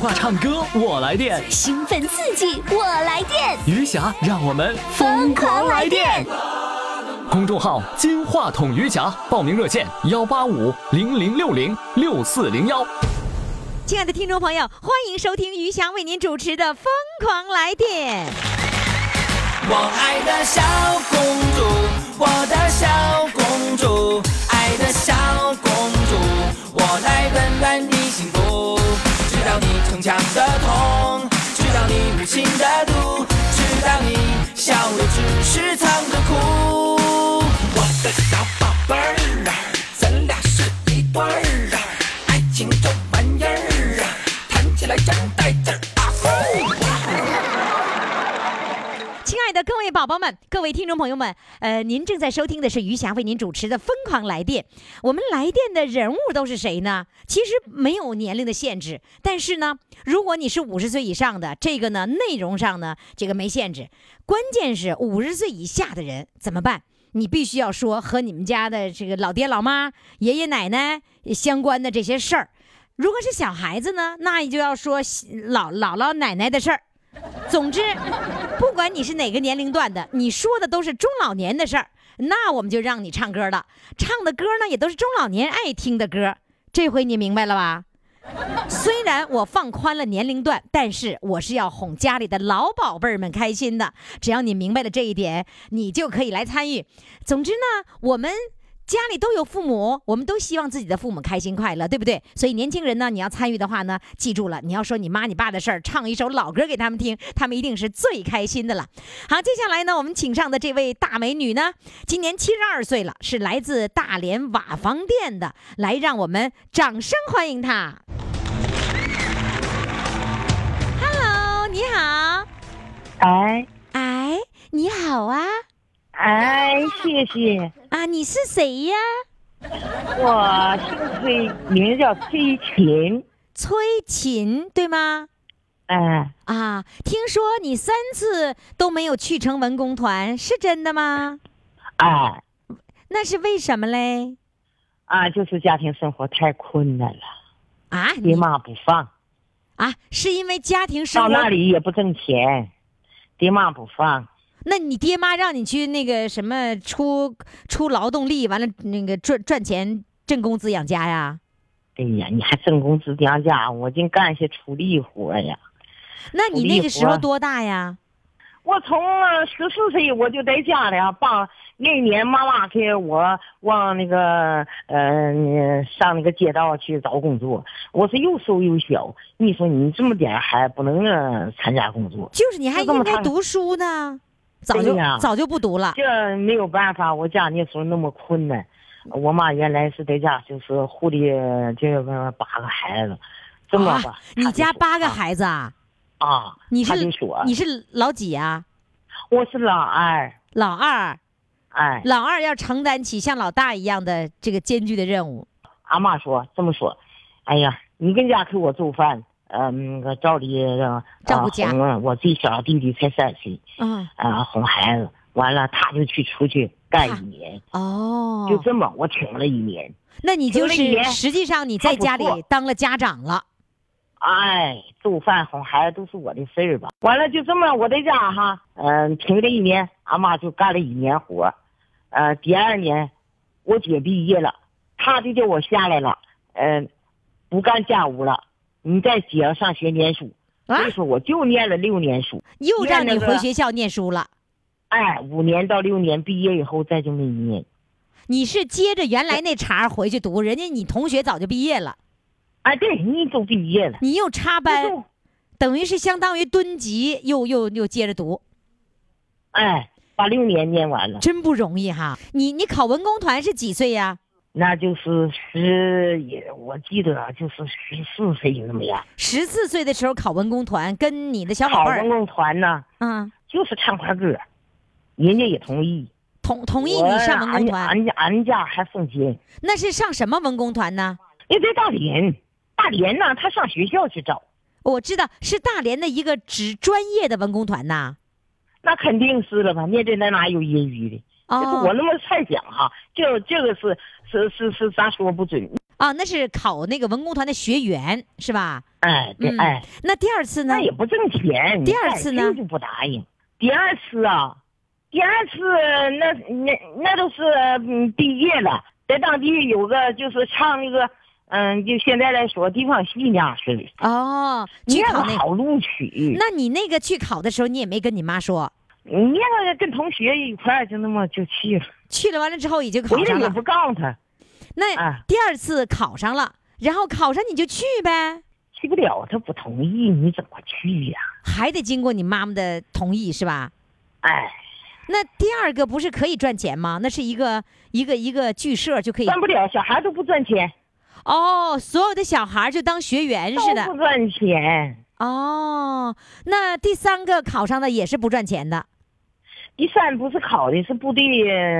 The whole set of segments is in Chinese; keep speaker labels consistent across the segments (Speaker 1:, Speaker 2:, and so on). Speaker 1: 话唱歌我来电，
Speaker 2: 兴奋刺激，我来电，
Speaker 1: 余霞让我们疯狂来电。公众号“金话筒余霞”，报名热线：幺八五零零六零六四零幺。
Speaker 3: 亲爱的听众朋友，欢迎收听余翔为您主持的《疯狂来电》。
Speaker 4: 我爱的小公主，我的小公主，爱的小公主，我来温暖你幸福。知道你逞强的痛，知道你无情的毒，知道你笑的只是藏着哭。我的小宝贝儿啊，咱俩是一对儿啊，爱情这玩意儿啊，谈起来真带劲儿啊！呼
Speaker 3: 亲爱的各位宝宝们、各位听众朋友们，呃，您正在收听的是余霞为您主持的《疯狂来电》。我们来电的人物都是谁呢？其实没有年龄的限制，但是呢，如果你是五十岁以上的，这个呢内容上呢这个没限制，关键是五十岁以下的人怎么办？你必须要说和你们家的这个老爹老妈、爷爷奶奶相关的这些事儿。如果是小孩子呢，那你就要说老姥姥奶奶的事儿。总之，不管你是哪个年龄段的，你说的都是中老年的事儿，那我们就让你唱歌了。唱的歌呢，也都是中老年爱听的歌。这回你明白了吧？虽然我放宽了年龄段，但是我是要哄家里的老宝贝儿们开心的。只要你明白了这一点，你就可以来参与。总之呢，我们家里都有父母，我们都希望自己的父母开心快乐，对不对？所以年轻人呢，你要参与的话呢，记住了，你要说你妈你爸的事儿，唱一首老歌给他们听，他们一定是最开心的了。好，接下来呢，我们请上的这位大美女呢，今年七十二岁了，是来自大连瓦房店的，来让我们掌声欢迎她。Hello，你好，
Speaker 5: 哎
Speaker 3: 哎，你好啊
Speaker 5: 哎，谢谢。
Speaker 3: 啊，你是谁呀？
Speaker 5: 我姓崔，名叫崔琴。
Speaker 3: 崔琴对吗？
Speaker 5: 哎，
Speaker 3: 啊，听说你三次都没有去成文工团，是真的吗？
Speaker 5: 哎，
Speaker 3: 那是为什么嘞？
Speaker 5: 啊，就是家庭生活太困难了，
Speaker 3: 啊，你
Speaker 5: 爹妈不放，
Speaker 3: 啊，是因为家庭生
Speaker 5: 到
Speaker 3: 活？
Speaker 5: 那里也不挣钱，爹妈不放。
Speaker 3: 那你爹妈让你去那个什么出出劳动力，完了那个赚赚钱挣工资养家呀？
Speaker 5: 哎呀，你还挣工资养家，我净干些出力活呀。
Speaker 3: 那你
Speaker 5: 苦力
Speaker 3: 那个时
Speaker 5: 活
Speaker 3: 候
Speaker 5: 儿
Speaker 3: 多大呀？
Speaker 5: 我从
Speaker 6: 呃
Speaker 5: 十四岁我就在家里啊，帮那年妈妈给我往那个呃那上那个街道去找工作，我是又瘦又小。你说你这么点儿孩子不能呃参加工作，
Speaker 3: 就是你还
Speaker 5: 就这
Speaker 3: 应
Speaker 5: 么
Speaker 3: 该
Speaker 5: 看
Speaker 3: 读书呢，早
Speaker 5: 对
Speaker 3: 就
Speaker 5: 呀
Speaker 3: 早就不读了。
Speaker 5: 这没有办法，我家那时候那么困难。我妈原来是在家就是护理这个八个孩子，这么吧，
Speaker 3: 啊，你家八个孩子啊？
Speaker 5: 子啊，
Speaker 3: 你是
Speaker 5: 她就说
Speaker 3: 你是老几啊？
Speaker 5: 我是老二，
Speaker 3: 老二，
Speaker 5: 哎，
Speaker 3: 老二要承担起像老大一样的这个艰巨的任务。
Speaker 5: 俺妈说这么说，哎呀，你跟家给我做饭，嗯，那个照理呃
Speaker 3: 照顾家
Speaker 5: 哄啊我最小弟弟才三岁，
Speaker 3: 嗯，
Speaker 5: 啊、
Speaker 6: 呃
Speaker 5: 哄孩子，完了他就去出去干
Speaker 3: 啊
Speaker 5: 一年，
Speaker 3: 哦，
Speaker 5: 就这么我挺了一年，
Speaker 3: 那你
Speaker 5: 听
Speaker 3: 就
Speaker 5: 了一
Speaker 3: 是
Speaker 5: 年
Speaker 3: 实际上你在
Speaker 5: 还不
Speaker 3: 家里
Speaker 5: 错
Speaker 3: 当了家长了。
Speaker 5: 哎，做饭哄孩子都是我的事儿吧。完了就这么我在家哈，嗯、停了一年，俺妈就干了一年活，呃，第二年我姐毕业了，她就叫我下来了，嗯、不干家务了，你在姐要上学念书。
Speaker 3: 啊
Speaker 5: 所以说我就念了六年书，
Speaker 3: 又让你
Speaker 5: 念那
Speaker 3: 回
Speaker 5: 个
Speaker 3: 学校念书了。
Speaker 5: 哎，五年到六年毕业以后再就没念。
Speaker 3: 你是接着原来那茬儿回去读，人家你同学早就毕业了，
Speaker 5: 哎，对你都毕业了，
Speaker 3: 你又
Speaker 5: 那
Speaker 3: 插班
Speaker 5: 就，
Speaker 3: 等于是相当于蹲级，又又又接着读，
Speaker 5: 哎，把六年念完了，
Speaker 3: 真不容易哈。你你考文工团是几岁呀？
Speaker 5: 那就是十，也我记得啊就是十四岁那么样。
Speaker 3: 十四岁的时候考文工团，跟你的小
Speaker 5: 考
Speaker 3: 宝
Speaker 5: 公
Speaker 3: 贝儿，
Speaker 5: 共团呢，
Speaker 3: 嗯，
Speaker 5: 就是唱快歌，人家也同意。
Speaker 3: 同同意你上文工
Speaker 5: 我
Speaker 3: 团，
Speaker 5: 俺家俺家还送钱，
Speaker 3: 那是上什么文工团呢？
Speaker 5: 因为在大连，大连呢，他上学校去找，
Speaker 3: 哦我知道是大连的一个只专业的文工团呐。
Speaker 5: 那肯定是了吧？面对那哪有业余的？就是我
Speaker 3: 哦
Speaker 5: 那么菜讲哈，就这个是是是是，咱说不准。
Speaker 3: 啊，那是考那个文工团的学员是吧？
Speaker 6: 哎，对，哎，，
Speaker 3: 嗯那第二次呢
Speaker 6: 那？也不挣钱。
Speaker 3: 第二次呢
Speaker 6: 就不答应。第二次啊，第二次那那那都是嗯毕业了，在当地有个就是唱那个嗯，就现在来说地方戏呢，啊是
Speaker 3: 哦，去
Speaker 6: 念
Speaker 3: 考
Speaker 6: 个
Speaker 3: 那个。
Speaker 6: 好录取。
Speaker 3: 那你那个去考的时候，你也没跟你妈说，
Speaker 6: 你念个跟同学一块儿就那么就去了，
Speaker 3: 去了完了之后已经考
Speaker 6: 回来
Speaker 3: 上
Speaker 6: 也
Speaker 3: 了。
Speaker 6: 不告诉他，
Speaker 3: 那
Speaker 6: 啊
Speaker 3: 第二次考上了，然后考上你就去呗，
Speaker 6: 去不了，他不同意，你怎么去呀、
Speaker 3: 还得经过你妈妈的同意是吧？
Speaker 6: 哎，
Speaker 3: 那第二个不是可以赚钱吗？那是一个一个一个剧社就可以
Speaker 6: 赚不了，小孩都不赚钱，
Speaker 3: 哦，所有的小孩儿就当学员似
Speaker 6: 都
Speaker 3: 的
Speaker 6: 不赚钱。
Speaker 3: 哦。那第三个考上的也是不赚钱的
Speaker 6: 第三不是考的，是部队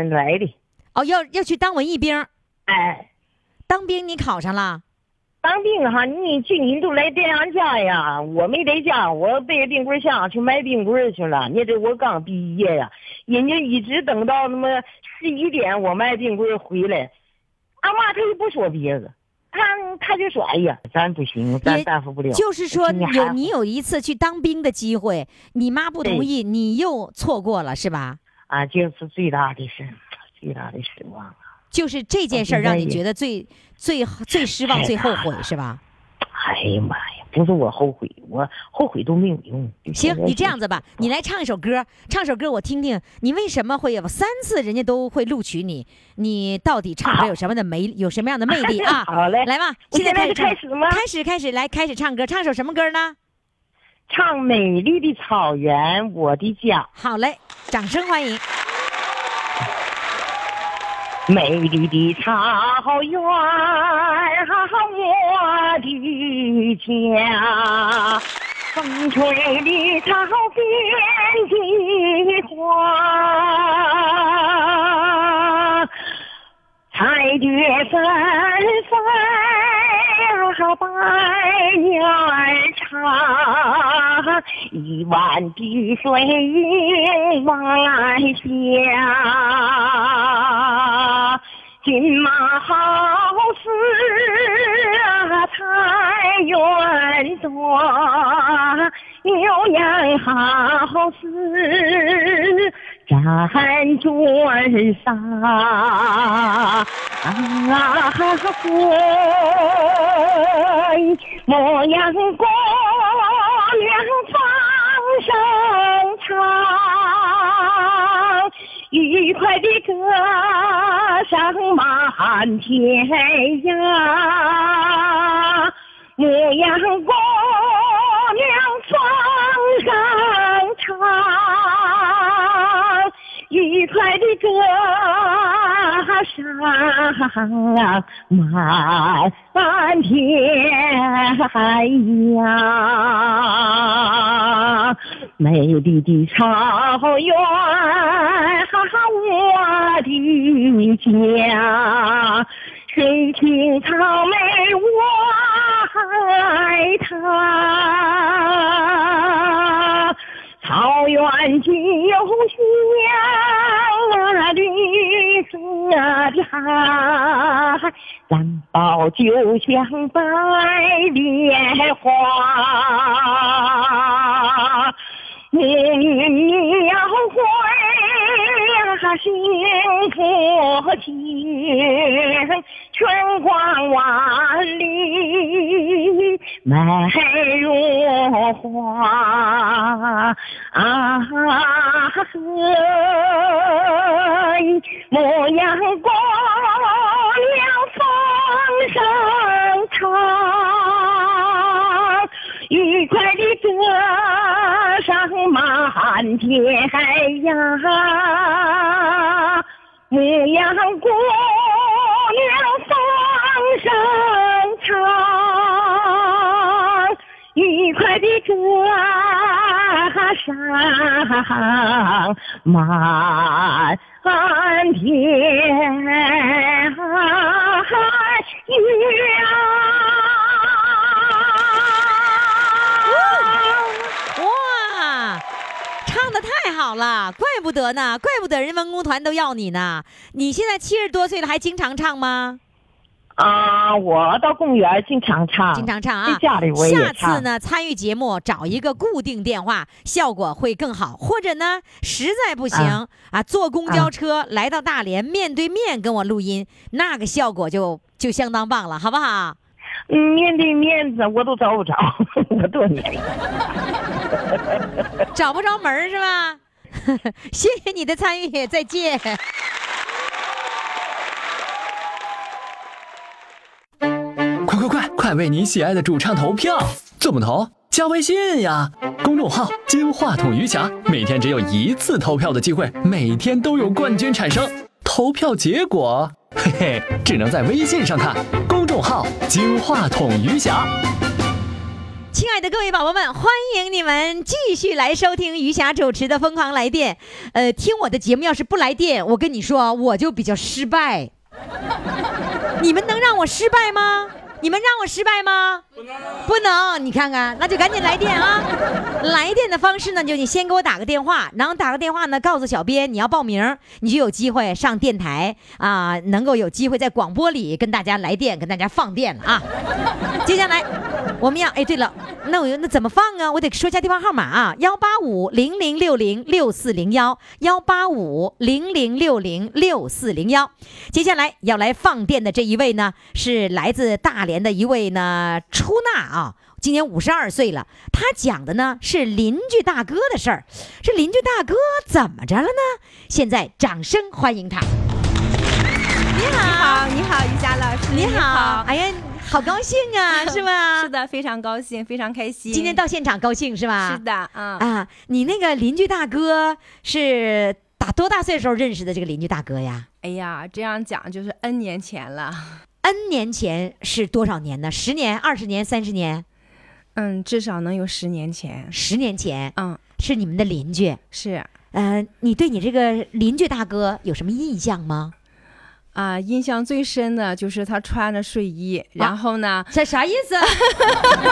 Speaker 6: 来的。
Speaker 3: 哦，要要去当文艺兵儿，
Speaker 6: 哎，
Speaker 3: 当兵你考上了
Speaker 6: 当兵哈，你去人都来电俺家呀，我没在家，我背着冰棍箱去卖冰棍去了。你这我刚毕业呀，人家一直等到那么十一点，我卖冰棍回来，俺妈她就不说别的，她她就说哎呀，咱不行，咱
Speaker 3: 也
Speaker 6: 担负不了。
Speaker 3: 就是说
Speaker 6: 你还
Speaker 3: 有你有一次去当兵的机会，你妈不同意，你又错过了是吧？
Speaker 6: 啊，这是最大的事，啊最大的失望。
Speaker 3: 就是这件事儿
Speaker 6: 现在
Speaker 3: 让你
Speaker 6: 也
Speaker 3: 觉得最最最失望、最后悔是吧？
Speaker 6: 哎呀妈呀，不是我后悔，我后悔都没有用。
Speaker 3: 行，你这样
Speaker 6: 子，
Speaker 3: 子吧，你来唱一首歌，唱首歌我听听，你为什么会有三次人家都会录取你？你到底唱歌有什么的魅，有什么样的魅力啊？
Speaker 6: 好嘞
Speaker 3: 来吧，
Speaker 6: 我
Speaker 3: 在
Speaker 6: 现在
Speaker 3: 始
Speaker 6: 就
Speaker 3: 唱
Speaker 6: 开始吗
Speaker 3: 开始，开始，来，开始唱歌，唱首什么歌呢？
Speaker 6: 唱《美丽的草原，我的家
Speaker 3: 好嘞，掌声欢迎。》，
Speaker 6: 美丽的草原，我的家。风吹的草边的花，彩蝶纷纷，百鸟儿唱，一湾的水映晚霞。金马好似啊彩云朵，牛羊好似辗转沙。啊，水牧羊姑娘放声唱，愉快的歌声满天涯。牧羊姑娘放声唱，愉快的歌声满天涯。美丽的草原，我的家。谁青草莓我爱它，草原就像那绿色的海，蓝宝就像白莲花。你要会啊，幸福情，春光万里美如画。啊，牧羊姑娘放声唱，愉快的歌声满天涯。牧羊姑娘放声唱，愉快的歌声满天涯。
Speaker 3: 哇，唱的太好了，怪不得呢，怪不得人文工团都要你呢。你现在七十多岁了，还经常唱吗？
Speaker 6: 啊，我到公园经常唱，
Speaker 3: 经常唱啊
Speaker 6: 在。家里我也
Speaker 3: 下次
Speaker 6: 唱。
Speaker 3: 呢，参与节目找一个固定电话，效果会更好。或者呢，实在不行啊
Speaker 6: 啊
Speaker 3: 坐公交车、来到大连，面对面跟我录音，那个效果就就相当棒了，好不好？
Speaker 6: 嗯，面对面的我都找不着， 我多年了。
Speaker 3: 找不着门儿是吧？ 谢谢你的参与，再见。
Speaker 1: 快快快，快为你喜爱的主唱投票！怎么投？加微信呀，公众号“金话筒余霞”，每天只有一次投票的机会，每天都有冠军产生。投票结果，嘿嘿，只能在微信上看。公众号“金话筒余霞”。
Speaker 3: 亲爱的各位宝宝们，欢迎你们继续来收听余霞主持的《疯狂来电》。呃，听我的节目要是不来电，我跟你说啊，我就比较失败。 你们能让我失败吗？你们让我失败吗？不能，你看看，那就赶紧来电啊！来电的方式呢，就你先给我打个电话，然后打个电话呢，告诉小编你要报名，你就有机会上电台啊、能够有机会在广播里跟大家来电，跟大家放电了啊！接下来我们要，哎，对了，那我那怎么放啊？我得说一下电话号码啊，幺八五零零六零六四零幺，幺八五零零六零六四零幺。接下来要来放电的这一位呢，是来自大连的一位呢出纳啊。今年五十二岁了，他讲的呢是邻居大哥的事儿。这邻居大哥怎么着了呢？现在掌声欢迎他。你好，
Speaker 7: 你好，于霞老师，
Speaker 3: 你好，
Speaker 7: 好，
Speaker 3: 哎呀，好高兴 啊，是吧？
Speaker 7: 是的，非常高兴，非常开心。
Speaker 3: 今天到现场高兴是吧？
Speaker 7: 是的，啊、
Speaker 3: 啊，你那个邻居大哥是打多大岁数认识的这个邻居大哥呀
Speaker 7: 哎呀，这样讲就是 N 年前了，
Speaker 3: ？N 年前是多少年呢？十年、二十年、三十年、
Speaker 7: 嗯，至少能有十年前。
Speaker 3: 十年前
Speaker 7: 嗯，
Speaker 3: 是你们的邻居。
Speaker 7: 是啊、
Speaker 3: 呃，你对你这个邻居大哥有什么印象吗？
Speaker 7: 啊印象最深的就是他穿着睡衣，然后呢，
Speaker 3: 啊这啥意思？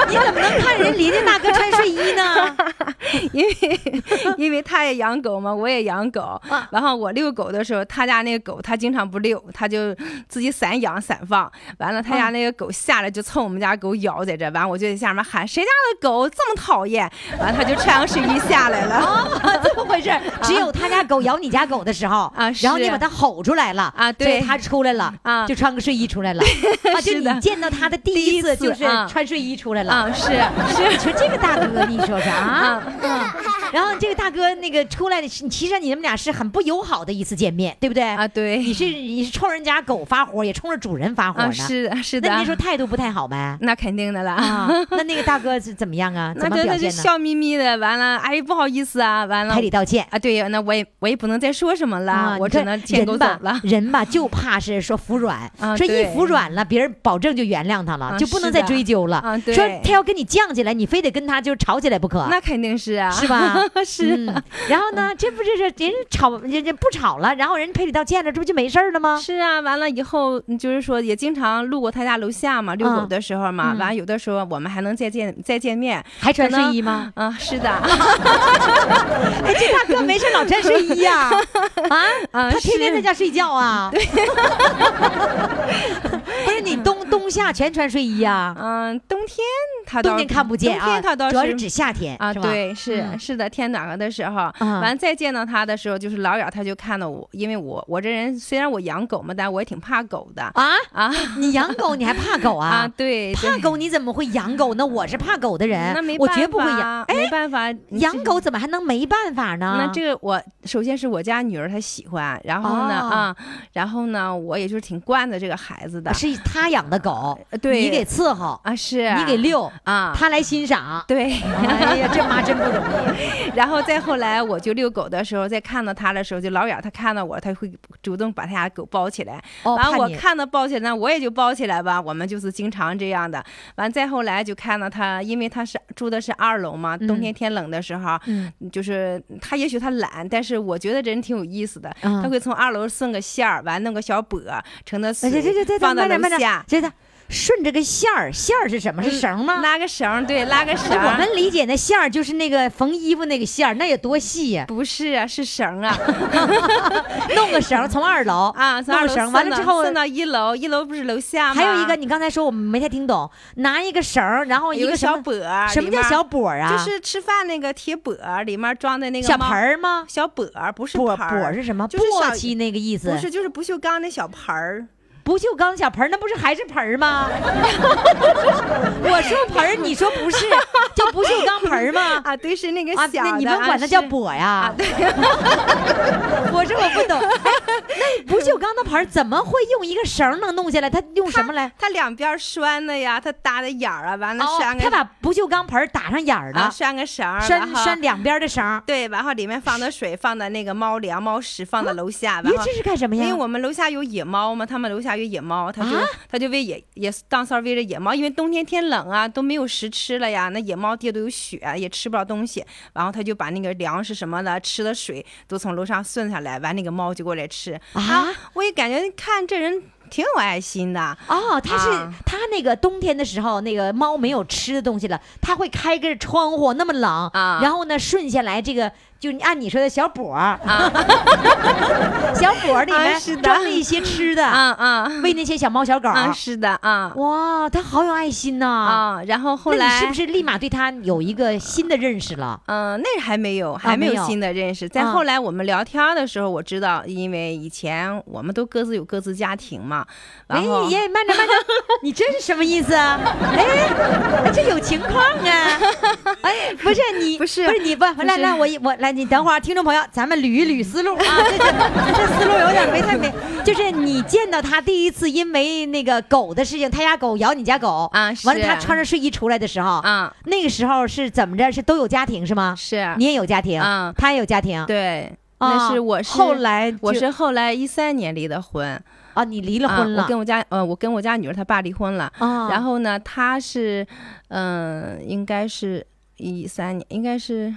Speaker 3: 你怎么能看人邻居大哥穿睡衣呢？
Speaker 7: 因为因为他也养狗嘛，我也养狗，
Speaker 3: 嗯
Speaker 7: 然后我遛狗的时候，他家那个狗他经常不遛，他就自己散养散放，完了他家
Speaker 3: 嗯
Speaker 7: 那个狗下来就冲我们家狗咬在这，完我就在下面喊谁家的狗这么讨厌，完了他就穿上睡衣下来了。
Speaker 3: 啊，这么回 事儿？只有他家狗咬你家狗的时候
Speaker 7: 啊
Speaker 3: 然后你
Speaker 7: 是
Speaker 3: 把它吼出来了
Speaker 7: 啊
Speaker 3: 所以
Speaker 7: 对
Speaker 3: 他出来了
Speaker 7: 啊
Speaker 3: 就穿个睡衣出 来了啊，就是
Speaker 7: 的
Speaker 3: 你见到他的第
Speaker 7: 第
Speaker 3: 一
Speaker 7: 一
Speaker 3: 次
Speaker 7: 次
Speaker 3: 就是
Speaker 7: 啊
Speaker 3: 穿睡衣出来了。
Speaker 7: 啊，是
Speaker 3: 你
Speaker 7: 是，
Speaker 3: 说这个大哥，你说说啊
Speaker 7: 啊，
Speaker 3: 然后这个大哥那个出来的是，其实你们俩是很不友好的一次见面，对不对？
Speaker 7: 啊，
Speaker 3: 你
Speaker 7: 对，
Speaker 3: 是你是冲人家狗发火，也冲着主人发火
Speaker 7: 啊，
Speaker 3: 呢。
Speaker 7: 是的是的，
Speaker 3: 那你那时候态度不太好 呗？
Speaker 7: 那肯定的了。
Speaker 3: 啊，那那个大哥是怎么样啊？
Speaker 7: 那
Speaker 3: 怎么
Speaker 7: 真
Speaker 3: 表
Speaker 7: 的是
Speaker 3: 现呢？
Speaker 7: 笑眯眯的，完了，哎，不好意思啊，完了
Speaker 3: 赔，礼道歉。
Speaker 7: 啊，对呀，那我也我也不能再说什么了，
Speaker 3: 啊，
Speaker 7: 我
Speaker 3: 你看
Speaker 7: 只能牵狗
Speaker 3: 人
Speaker 7: 走
Speaker 3: 吧。
Speaker 7: 了
Speaker 3: 人吧就怕是说服软，
Speaker 7: 啊
Speaker 3: 说一
Speaker 7: 对
Speaker 3: 服软了，别人保证就原谅他了，
Speaker 7: 啊
Speaker 3: 就不能
Speaker 7: 是
Speaker 3: 再
Speaker 7: 的
Speaker 3: 追究了。
Speaker 7: 啊对
Speaker 3: 说他要跟你犟起来，你非得跟他就吵起来不可，
Speaker 7: 那肯定是啊，
Speaker 3: 是吧？
Speaker 7: 是啊
Speaker 3: 嗯。然后呢，这不就是人家吵，人家不吵了，然后人赔礼道歉了，这不就没事儿了吗？
Speaker 7: 是啊，完了以后嗯就是说也经常路过他家楼下嘛，遛
Speaker 3: 啊
Speaker 7: 狗的时候嘛，完了有的时候我们还能再见再见面。
Speaker 3: 还穿
Speaker 7: 可能
Speaker 3: 睡衣吗？
Speaker 7: 嗯，是的，
Speaker 3: 哎，这大哥没事老穿睡衣 呀、啊，他
Speaker 7: 啊
Speaker 3: 天天在
Speaker 7: 是
Speaker 3: 家睡觉啊。 不是你冬冬夏全穿睡衣呀、啊，
Speaker 7: 嗯，冬天他
Speaker 3: 冬
Speaker 7: 倒
Speaker 3: 天看不见
Speaker 7: 冬
Speaker 3: 啊，
Speaker 7: 天他倒
Speaker 3: 主要是指夏天
Speaker 7: 啊，
Speaker 3: 是吧？
Speaker 7: 对，是、
Speaker 3: 嗯啊
Speaker 7: 是的，天暖和的时候，完再见到他的时候，就是老远他就看到我，因为我我这人虽然我养狗嘛，但我也挺怕狗的
Speaker 3: 啊，
Speaker 7: 啊
Speaker 3: 你养狗你还怕狗
Speaker 7: 啊，
Speaker 3: 啊？
Speaker 7: 对，对
Speaker 3: 怕狗你怎么会养狗呢？我是怕狗的人，
Speaker 7: 那没
Speaker 3: 我
Speaker 7: 办
Speaker 3: 绝不会
Speaker 7: 法
Speaker 3: 养。哎，
Speaker 7: 没 办法你
Speaker 3: 养
Speaker 7: 这
Speaker 3: 狗怎么还能没办法呢？
Speaker 7: 那这个我首先是我家女儿她喜欢，然后呢
Speaker 3: 哦
Speaker 7: 啊、然后呢我也就是挺惯着这个孩子的，
Speaker 3: 啊是他养的狗，
Speaker 7: 呃对
Speaker 3: 你给伺候，
Speaker 7: 啊是
Speaker 3: 你给遛，
Speaker 7: 啊
Speaker 3: 他来欣赏。
Speaker 7: 对，
Speaker 3: 哎呀，这妈真不容易。
Speaker 7: 然后再后来，我就遛狗的时候，再看到它的时候，就老远它看到我，它会主动把它家狗抱起来。
Speaker 3: 哦
Speaker 7: 完
Speaker 3: 怕
Speaker 7: 我
Speaker 3: 你
Speaker 7: 看到抱起来，那我也就抱起来吧。我们就是经常这样的。完再后来就看到它，因为它是住的是二楼嘛，冬天天冷的时候，
Speaker 3: 嗯
Speaker 7: 就是它也许它懒，但是我觉得这人挺有意思的，
Speaker 3: 嗯
Speaker 7: 它会从二楼顺个线儿，完弄个小钵，盛的
Speaker 3: 哎，
Speaker 7: 水
Speaker 3: 这这这这，
Speaker 7: 放到
Speaker 3: 慢
Speaker 7: 楼
Speaker 3: 点慢点
Speaker 7: 下，嗯
Speaker 3: 这这。顺着个线儿，线儿是什么？是绳吗？
Speaker 7: 拉个绳儿，对，拉个绳
Speaker 3: 那
Speaker 7: 儿。
Speaker 3: 我们理解那线儿就是那个缝衣服那个线儿，那也多细呀、
Speaker 7: 不是啊，是绳儿啊
Speaker 3: 弄个绳儿从二楼
Speaker 7: 啊，从
Speaker 3: 弄
Speaker 7: 二
Speaker 3: 个
Speaker 7: 楼
Speaker 3: 绳儿，完了
Speaker 7: 送
Speaker 3: 之
Speaker 7: 到
Speaker 3: 后
Speaker 7: 送到一楼，一楼不是楼下吗？
Speaker 3: 还有一个，你刚才说我们没太听懂，拿一个绳儿，然后一
Speaker 7: 有哦个
Speaker 3: 什么
Speaker 7: 小钵儿，
Speaker 3: 什么
Speaker 7: 里
Speaker 3: 叫
Speaker 7: 面
Speaker 3: 小钵儿啊？
Speaker 7: 就是吃饭那个铁钵儿，里面装的那个
Speaker 3: 小
Speaker 7: 猫
Speaker 3: 盆儿吗？
Speaker 7: 小钵儿不是
Speaker 3: 钵
Speaker 7: 盆
Speaker 3: 钵是什么？
Speaker 7: 就是小
Speaker 3: 簸箕那个意思？
Speaker 7: 不是，就是不锈钢那小盆儿。
Speaker 3: 不锈钢小盆儿，那不是还是盆儿 吗？我说盆儿，你说不是，叫不锈钢盆儿吗？
Speaker 7: 啊，对，是那个
Speaker 3: 啊，
Speaker 7: 小的、
Speaker 3: 那你们管它叫
Speaker 7: 是
Speaker 3: 钵呀？我说我不懂，哎那不锈钢的盆儿怎么会用一个绳儿能弄下来？它用什么来？
Speaker 7: 它两边儿拴的呀，它搭的眼儿啊，完了
Speaker 3: 哦
Speaker 7: 拴，个、
Speaker 3: 它把不锈钢盆儿打上眼儿
Speaker 7: 啊
Speaker 3: 了，
Speaker 7: 拴个绳儿，
Speaker 3: 拴
Speaker 7: 然后
Speaker 3: 拴两边儿的绳儿。
Speaker 7: 对，然后里面放的水，放的那个猫粮、猫食，放到楼下，然
Speaker 3: 咦，
Speaker 7: 后
Speaker 3: 这。是干什么
Speaker 7: 因
Speaker 3: 呀？
Speaker 7: 为我们楼下有野猫嘛，他们楼下有野猫，他就、
Speaker 3: 啊
Speaker 7: 他就喂野也当三喂着野猫，因为冬天天冷啊，都没有食吃了呀，那野猫地都有雪，也吃不着东西，然后他就把那个粮食什么的、吃的水都从楼上顺下来，完那个猫就过来吃
Speaker 3: 啊，
Speaker 7: 我也感觉看这人挺有爱心的，
Speaker 3: 哦，它是
Speaker 7: 啊
Speaker 3: 它那个冬天的时候，那个猫没有吃的东西了，它会开个窗户，那么冷
Speaker 7: 啊
Speaker 3: 然后呢顺下来这个，就按你说的小钵啊，小钵里
Speaker 7: 啊是
Speaker 3: 面
Speaker 7: 的
Speaker 3: 装了一些吃的，
Speaker 7: 啊啊
Speaker 3: 喂那些小猫小狗。
Speaker 7: 啊，是的啊
Speaker 3: 哇，它好有爱心呐、
Speaker 7: 啊，然后后
Speaker 3: 那你
Speaker 7: 来
Speaker 3: 是不是立马对它有一个新的认识了？
Speaker 7: 嗯，那还没有，还没
Speaker 3: 啊没有
Speaker 7: 有新的认识。再
Speaker 3: 啊
Speaker 7: 后来我们聊天儿的时候，我知道，因为以前我们都各自有各自家庭嘛，然
Speaker 3: 哎
Speaker 7: 后、，
Speaker 3: 爷慢着慢 着，你这是什么意思啊？哎，这有情况 啊！哎，不是你，
Speaker 7: 不是
Speaker 3: 不是你不
Speaker 7: 不
Speaker 3: 来
Speaker 7: 是
Speaker 3: 来，我我来，你等会儿，听众朋友，咱们捋一捋思路啊，这这这思路有点没太没，就是你见到他第一次，因为那个狗的事情，他家狗咬你家狗
Speaker 7: 啊
Speaker 3: 完了
Speaker 7: 是
Speaker 3: 他穿着睡衣出来的时候
Speaker 7: 啊，
Speaker 3: 那个时候是怎么着？是都有家庭是吗？
Speaker 7: 是
Speaker 3: 你也有家庭
Speaker 7: 啊
Speaker 3: 他也有家庭，
Speaker 7: 对，
Speaker 3: 啊
Speaker 7: 那是我是
Speaker 3: 后来就
Speaker 7: 我是后来一三年离的婚，
Speaker 3: 啊，你离了婚
Speaker 7: 啊，
Speaker 3: 了
Speaker 7: 我跟我家呃，我跟我家女儿她爸离婚了，
Speaker 3: 啊
Speaker 7: 然后呢，他是嗯、应该是一三年，应该是。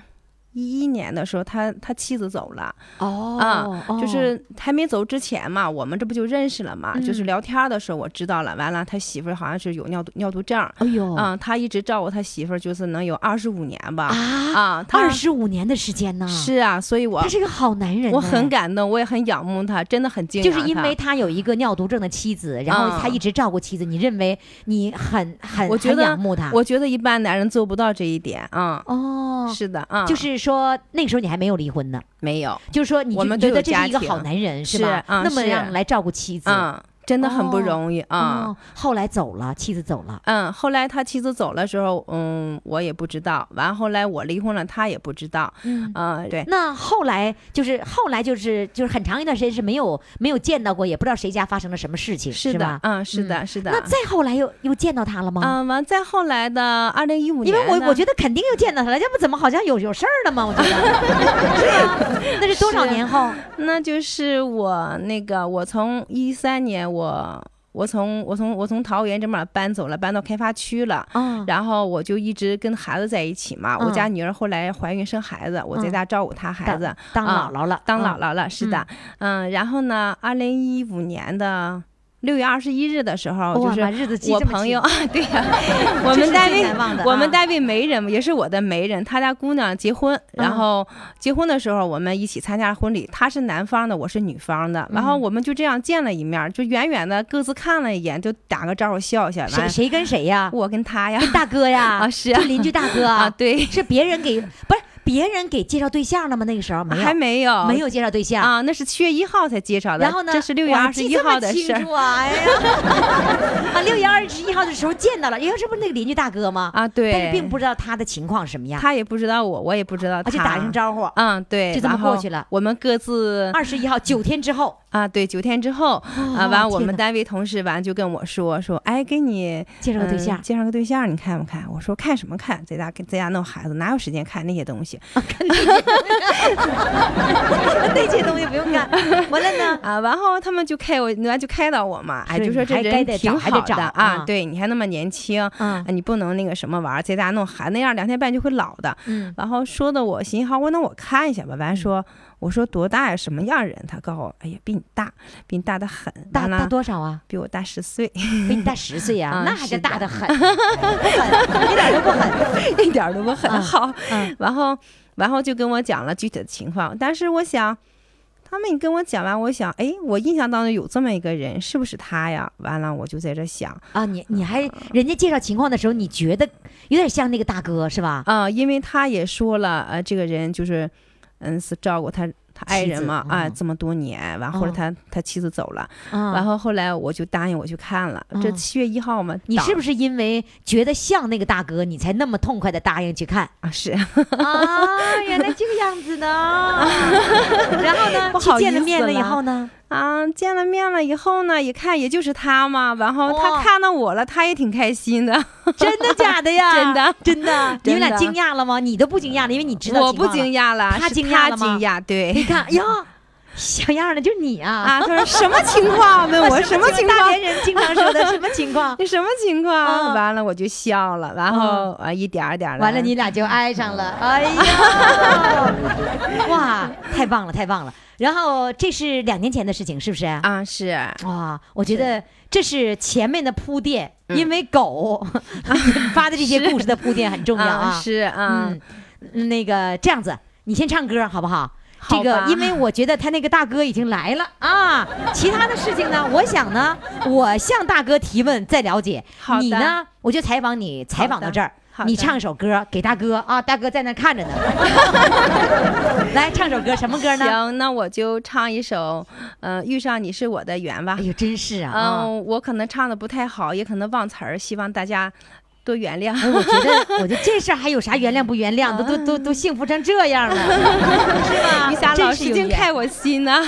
Speaker 7: 一一年的时候，他他妻子走了，啊
Speaker 3: 哦，哦
Speaker 7: 就是还没走之前嘛，我们这不就认识了嘛？就是
Speaker 3: 嗯
Speaker 7: 聊天的时候我知道了，完了他媳妇儿好像是有尿毒尿毒症，
Speaker 3: 哎呦
Speaker 7: 嗯，他一直照顾他媳妇儿，就是能有二十五年吧。
Speaker 3: 啊
Speaker 7: 啊，他
Speaker 3: 二十五年的时间呢，
Speaker 7: 是啊，所以我
Speaker 3: 他是个好男人呢，
Speaker 7: 我很感动，我也很仰慕他，真的很敬
Speaker 3: 就
Speaker 7: 仰
Speaker 3: 是因
Speaker 7: 他
Speaker 3: 为他有一个尿毒症的妻子，然后
Speaker 7: 嗯
Speaker 3: 他一直照顾妻子，你认为你很很
Speaker 7: 我觉
Speaker 3: 很仰
Speaker 7: 得
Speaker 3: 慕他，
Speaker 7: 我觉得一般男人做不到这一点啊。
Speaker 3: 哦，
Speaker 7: 是的啊，
Speaker 3: 就是说那个时候你还没有离婚呢，
Speaker 7: 没有，
Speaker 3: 就是说你
Speaker 7: 我
Speaker 3: 就
Speaker 7: 们
Speaker 3: 觉
Speaker 7: 都
Speaker 3: 得
Speaker 7: 有
Speaker 3: 这是
Speaker 7: 家
Speaker 3: 一个
Speaker 7: 庭
Speaker 3: 好男人
Speaker 7: 是
Speaker 3: 吧？
Speaker 7: 嗯
Speaker 3: 那么
Speaker 7: 是
Speaker 3: 样来照顾妻子，
Speaker 7: 嗯，真的很不
Speaker 3: 哦
Speaker 7: 容易啊。
Speaker 3: 哦，后来走了，妻子走了，
Speaker 7: 嗯，后来他妻子走了之后，嗯，我也不知道。完后来我离婚了，他也不知道。
Speaker 3: 嗯。
Speaker 7: 嗯，对，
Speaker 3: 那后来就是后来就是就是很长一段时间是没有没有见到过，也不知道谁家发生了什么事情，
Speaker 7: 是的
Speaker 3: 吧，？
Speaker 7: 嗯，是的，是的
Speaker 3: 那。再后来又又见到他了吗？
Speaker 7: 嗯，完再后来的二零一五
Speaker 3: 因
Speaker 7: 年
Speaker 3: 为
Speaker 7: 呢，
Speaker 3: 我我觉得肯定又见到他了，要不怎么好像有有事儿了嘛？我觉得是 吧？那是多少
Speaker 7: 是啊
Speaker 3: 年后？
Speaker 7: 那就是我那个，我从一三年我。我从我从我从桃园这边搬走了，搬到开发区了。
Speaker 3: 啊
Speaker 7: 然后我就一直跟孩子在一起嘛。
Speaker 3: 嗯
Speaker 7: 我家女儿后来怀孕生孩子，我在家照顾她孩子，
Speaker 3: 当
Speaker 7: 啊
Speaker 3: 姥姥了，
Speaker 7: 当
Speaker 3: 啊
Speaker 7: 姥姥了。是的，嗯。然后呢，二零一五年的六月二十一日的时候，
Speaker 3: 哇
Speaker 7: 就
Speaker 3: 妈
Speaker 7: 是
Speaker 3: 日子记
Speaker 7: 我
Speaker 3: 这么
Speaker 7: 朋
Speaker 3: 清
Speaker 7: 友 啊， 对呀、我
Speaker 3: 这
Speaker 7: 们
Speaker 3: 是
Speaker 7: 单
Speaker 3: 最
Speaker 7: 位
Speaker 3: 难忘的
Speaker 7: 我们
Speaker 3: 啊
Speaker 7: 单位媒人也是我的媒人，他家姑娘结婚，
Speaker 3: 嗯
Speaker 7: 然后结婚的时候我们一起参加婚礼，他是男方的，我是女方的，然后
Speaker 3: 嗯
Speaker 7: 我们就这样见了一面，就远远的各自看了一眼，就打个招呼笑一下，
Speaker 3: 谁
Speaker 7: 完
Speaker 3: 谁跟谁呀？
Speaker 7: 我跟他呀，
Speaker 3: 大哥呀？
Speaker 7: 啊是啊
Speaker 3: 就邻居大哥
Speaker 7: 啊对，
Speaker 3: 是别人给不是别人给介绍对象了吗？那个时候没有，
Speaker 7: 还没有
Speaker 3: 没有介绍对象。
Speaker 7: 啊，那是七月一号才介绍的，
Speaker 3: 然后呢？
Speaker 7: 这是六月
Speaker 3: 哇
Speaker 7: 二十
Speaker 3: 记
Speaker 7: 一
Speaker 3: 这么
Speaker 7: 号的事
Speaker 3: 清
Speaker 7: 儿
Speaker 3: 楚啊！ 哎呀，啊，六月二十一号的时候见到了，因哎为这不是那个邻居大哥吗？
Speaker 7: 啊，对，
Speaker 3: 但是并不知道他的情况是什么样，
Speaker 7: 他也不知道我，我也不知道
Speaker 3: 啊
Speaker 7: 他，
Speaker 3: 就打声招呼。
Speaker 7: 嗯，对，
Speaker 3: 就这么
Speaker 7: 然后
Speaker 3: 过去了
Speaker 7: 我们各自
Speaker 3: 二十 一号九天之后
Speaker 7: 啊，对，九天之后啊，
Speaker 3: 哦
Speaker 7: 完我
Speaker 3: 天
Speaker 7: 们
Speaker 3: 哪
Speaker 7: 单位同事完就跟我说说，哎，给你
Speaker 3: 介绍个对
Speaker 7: 嗯
Speaker 3: 象，
Speaker 7: 介绍个对象，你看不看？我说看什么看，在家跟在家弄孩子，哪有时间看那些东西
Speaker 3: 那些东西不用干。 完了呢，
Speaker 7: 啊？然后他们就开我，那就开导我嘛，哎，
Speaker 3: 是
Speaker 7: 就说
Speaker 3: 你
Speaker 7: 这
Speaker 3: 还该
Speaker 7: 人
Speaker 3: 得
Speaker 7: 挺
Speaker 3: 找还得
Speaker 7: 好的
Speaker 3: 找啊
Speaker 7: 啊，对，你还那么年轻，
Speaker 3: 嗯
Speaker 7: 啊，你不能那个什么玩儿，在家弄孩子那样，两天半就会老的。
Speaker 3: 嗯，
Speaker 7: 然后说的我心好，我那我看一下吧。完说，我说多大呀，什么样人？他告诉我，哎呀，比你大，比你大的很，
Speaker 3: 大
Speaker 7: 完了
Speaker 3: 大多少啊？
Speaker 7: 比我大十岁，
Speaker 3: 比你大十岁呀、
Speaker 7: 嗯
Speaker 3: 那还叫
Speaker 7: 是的
Speaker 3: 大的很，狠一点哦都不狠。
Speaker 7: 一点儿都不很
Speaker 3: 嗯
Speaker 7: 好。
Speaker 3: 嗯
Speaker 7: 然后，然后就跟我讲了具体的情况。但是我想，他们跟我讲完，我想，哎，我印象当中有这么一个人，是不是他呀？完了，我就在这想，嗯
Speaker 3: 啊，你你还人家介绍情况的时候，你觉得有点像那个大哥是吧？
Speaker 7: 啊、因为他也说了，呃，这个人就是，嗯，是照顾他他爱
Speaker 3: 妻
Speaker 7: 人
Speaker 3: 子
Speaker 7: 嘛，啊、
Speaker 3: 嗯
Speaker 7: 这么多年，完后来
Speaker 3: 哦
Speaker 7: 他、他妻子走了，
Speaker 3: 啊，
Speaker 7: 然后后来呃我就答应我去看了，这
Speaker 3: 嗯
Speaker 7: 七月一号嘛，
Speaker 3: 你是不
Speaker 7: 是
Speaker 3: 是因为觉得像那个大哥，你才那么痛快的答应去看？
Speaker 7: 啊？是，
Speaker 3: 啊，原来这个样子呢。 然后呢，
Speaker 7: 不
Speaker 3: 去
Speaker 7: 好
Speaker 3: 见了
Speaker 7: 意思
Speaker 3: 面了以
Speaker 7: 了
Speaker 3: 后呢，
Speaker 7: 啊，见了面了以后呢，一看也就是他嘛，然后
Speaker 3: 哇
Speaker 7: 他看到我了，他也挺开心的，
Speaker 3: 哦 真的假的呀？
Speaker 7: 真的
Speaker 3: 真的，你们俩
Speaker 7: 真的
Speaker 3: 惊讶了吗？你都不惊讶了，因为你知道
Speaker 7: 我不
Speaker 3: 惊
Speaker 7: 惊。讶了，
Speaker 3: 他
Speaker 7: 是
Speaker 3: 惊讶
Speaker 7: 他
Speaker 3: 了吗
Speaker 7: 惊讶，
Speaker 3: 你
Speaker 7: 对。
Speaker 3: 看，哎呀，像样儿的就是你啊！
Speaker 7: 啊，他说什么情 况？问我什么情
Speaker 3: 大
Speaker 7: 况
Speaker 3: 连？人经常 说的什么情况？
Speaker 7: 你什么情况？
Speaker 3: 嗯
Speaker 7: 完了我就笑了，然后啊一点儿点儿地
Speaker 3: 完了，你俩就挨上了。 哎呀，哇，太棒了，太棒了！然后这是两年前的事情，是不是？
Speaker 7: 啊是
Speaker 3: 哇，我觉得这是前面的铺垫，
Speaker 7: 嗯
Speaker 3: 因为 狗引发的这些故事的铺垫很重要啊。
Speaker 7: 是啊
Speaker 3: 嗯，那个这样子，你先唱歌好不好？这
Speaker 7: 好
Speaker 3: 个
Speaker 7: 吧，
Speaker 3: 因为我觉得他那个大哥已经来了啊，其他的事情呢，我想呢，我向大哥提问再了解。
Speaker 7: 好的
Speaker 3: 你呢，我就采访你，采访到这儿
Speaker 7: 好。的
Speaker 3: 你唱首歌给大哥啊，大哥在那看着呢。 来唱首歌，什么歌呢？
Speaker 7: 行，那我就唱一首，呃，遇上你是我的缘吧
Speaker 3: 哎。呦，真是啊！啊
Speaker 7: 嗯，我可能唱的不太好，也可能忘词儿，希望大家多原谅。
Speaker 3: 哎，
Speaker 7: 嗯
Speaker 3: 我觉 得，我觉得这事儿还有啥原谅不原谅？都都都都幸福成这 样了，是吧？
Speaker 7: 于霞
Speaker 3: 真
Speaker 7: 老
Speaker 3: 是
Speaker 7: 师已
Speaker 3: 有
Speaker 7: 经
Speaker 3: 缘
Speaker 7: 开我心呢，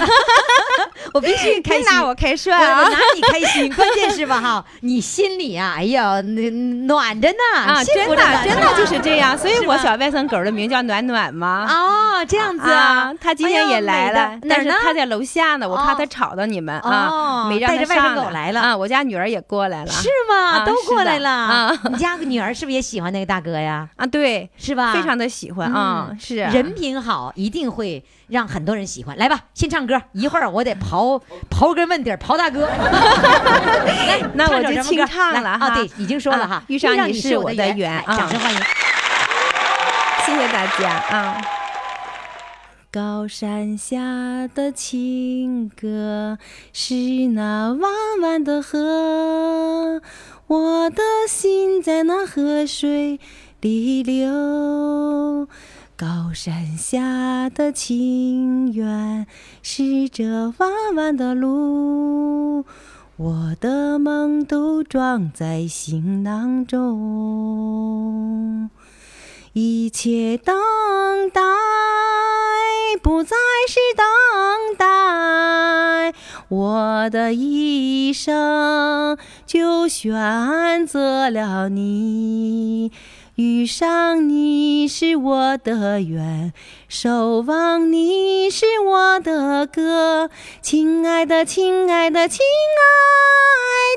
Speaker 3: 我必 须开
Speaker 7: 别
Speaker 3: 心。
Speaker 7: 拿我开涮
Speaker 3: 我我
Speaker 7: 啊！
Speaker 3: 拿你开心，关键是吧 哈，你心里啊，哎呀，那暖着呢，
Speaker 7: 啊，
Speaker 3: 幸
Speaker 7: 真
Speaker 3: 福
Speaker 7: 的
Speaker 3: 着呢
Speaker 7: 真的就是这样，所以
Speaker 3: 是
Speaker 7: 我
Speaker 3: 吧
Speaker 7: 小外甥狗的名叫暖暖嘛。
Speaker 3: 哦，这样子啊哎
Speaker 7: 啊，，他今天也来了，
Speaker 3: 哪
Speaker 7: 但
Speaker 3: 儿
Speaker 7: 是
Speaker 3: 呢？
Speaker 7: 他在楼下呢，我怕
Speaker 3: 哦
Speaker 7: 他吵到你们
Speaker 3: 哦
Speaker 7: 啊，没让
Speaker 3: 带
Speaker 7: 他
Speaker 3: 着外甥
Speaker 7: 上
Speaker 3: 狗来了
Speaker 7: 啊，我家女儿也过来了，
Speaker 3: 是吗？
Speaker 7: 啊
Speaker 3: 都
Speaker 7: 是
Speaker 3: 过
Speaker 7: 的
Speaker 3: 来了
Speaker 7: 啊。
Speaker 3: 你家女儿是不是也喜欢那个大哥呀？
Speaker 7: 啊，对，
Speaker 3: 是吧？嗯
Speaker 7: 非常的喜欢啊，是
Speaker 3: 人品好，一定会让很多人喜欢。来吧，先唱歌，一会儿我得刨刨根问底儿，刨大 哥。来，
Speaker 7: 那我
Speaker 3: 首
Speaker 7: 就
Speaker 3: 什么
Speaker 7: 清
Speaker 3: 歌
Speaker 7: 唱
Speaker 3: 来
Speaker 7: 了
Speaker 3: 啊，
Speaker 7: 哈
Speaker 3: 对，已经说了哈
Speaker 7: 啊，遇上你
Speaker 3: 是
Speaker 7: 是
Speaker 3: 我
Speaker 7: 我
Speaker 3: 的
Speaker 7: 的
Speaker 3: 缘
Speaker 7: 缘
Speaker 3: 来
Speaker 7: 啊
Speaker 3: 掌声欢迎。
Speaker 7: 谢谢大家啊。高山下的情歌是那弯弯的河，我的心在那河水里流。高山下的情缘是这弯弯的路，我的梦都装在行囊中。一切等待不再是等待，我的一生就选择了你。遇上你是我的缘，守望你是我的歌，亲爱的，亲爱的，亲爱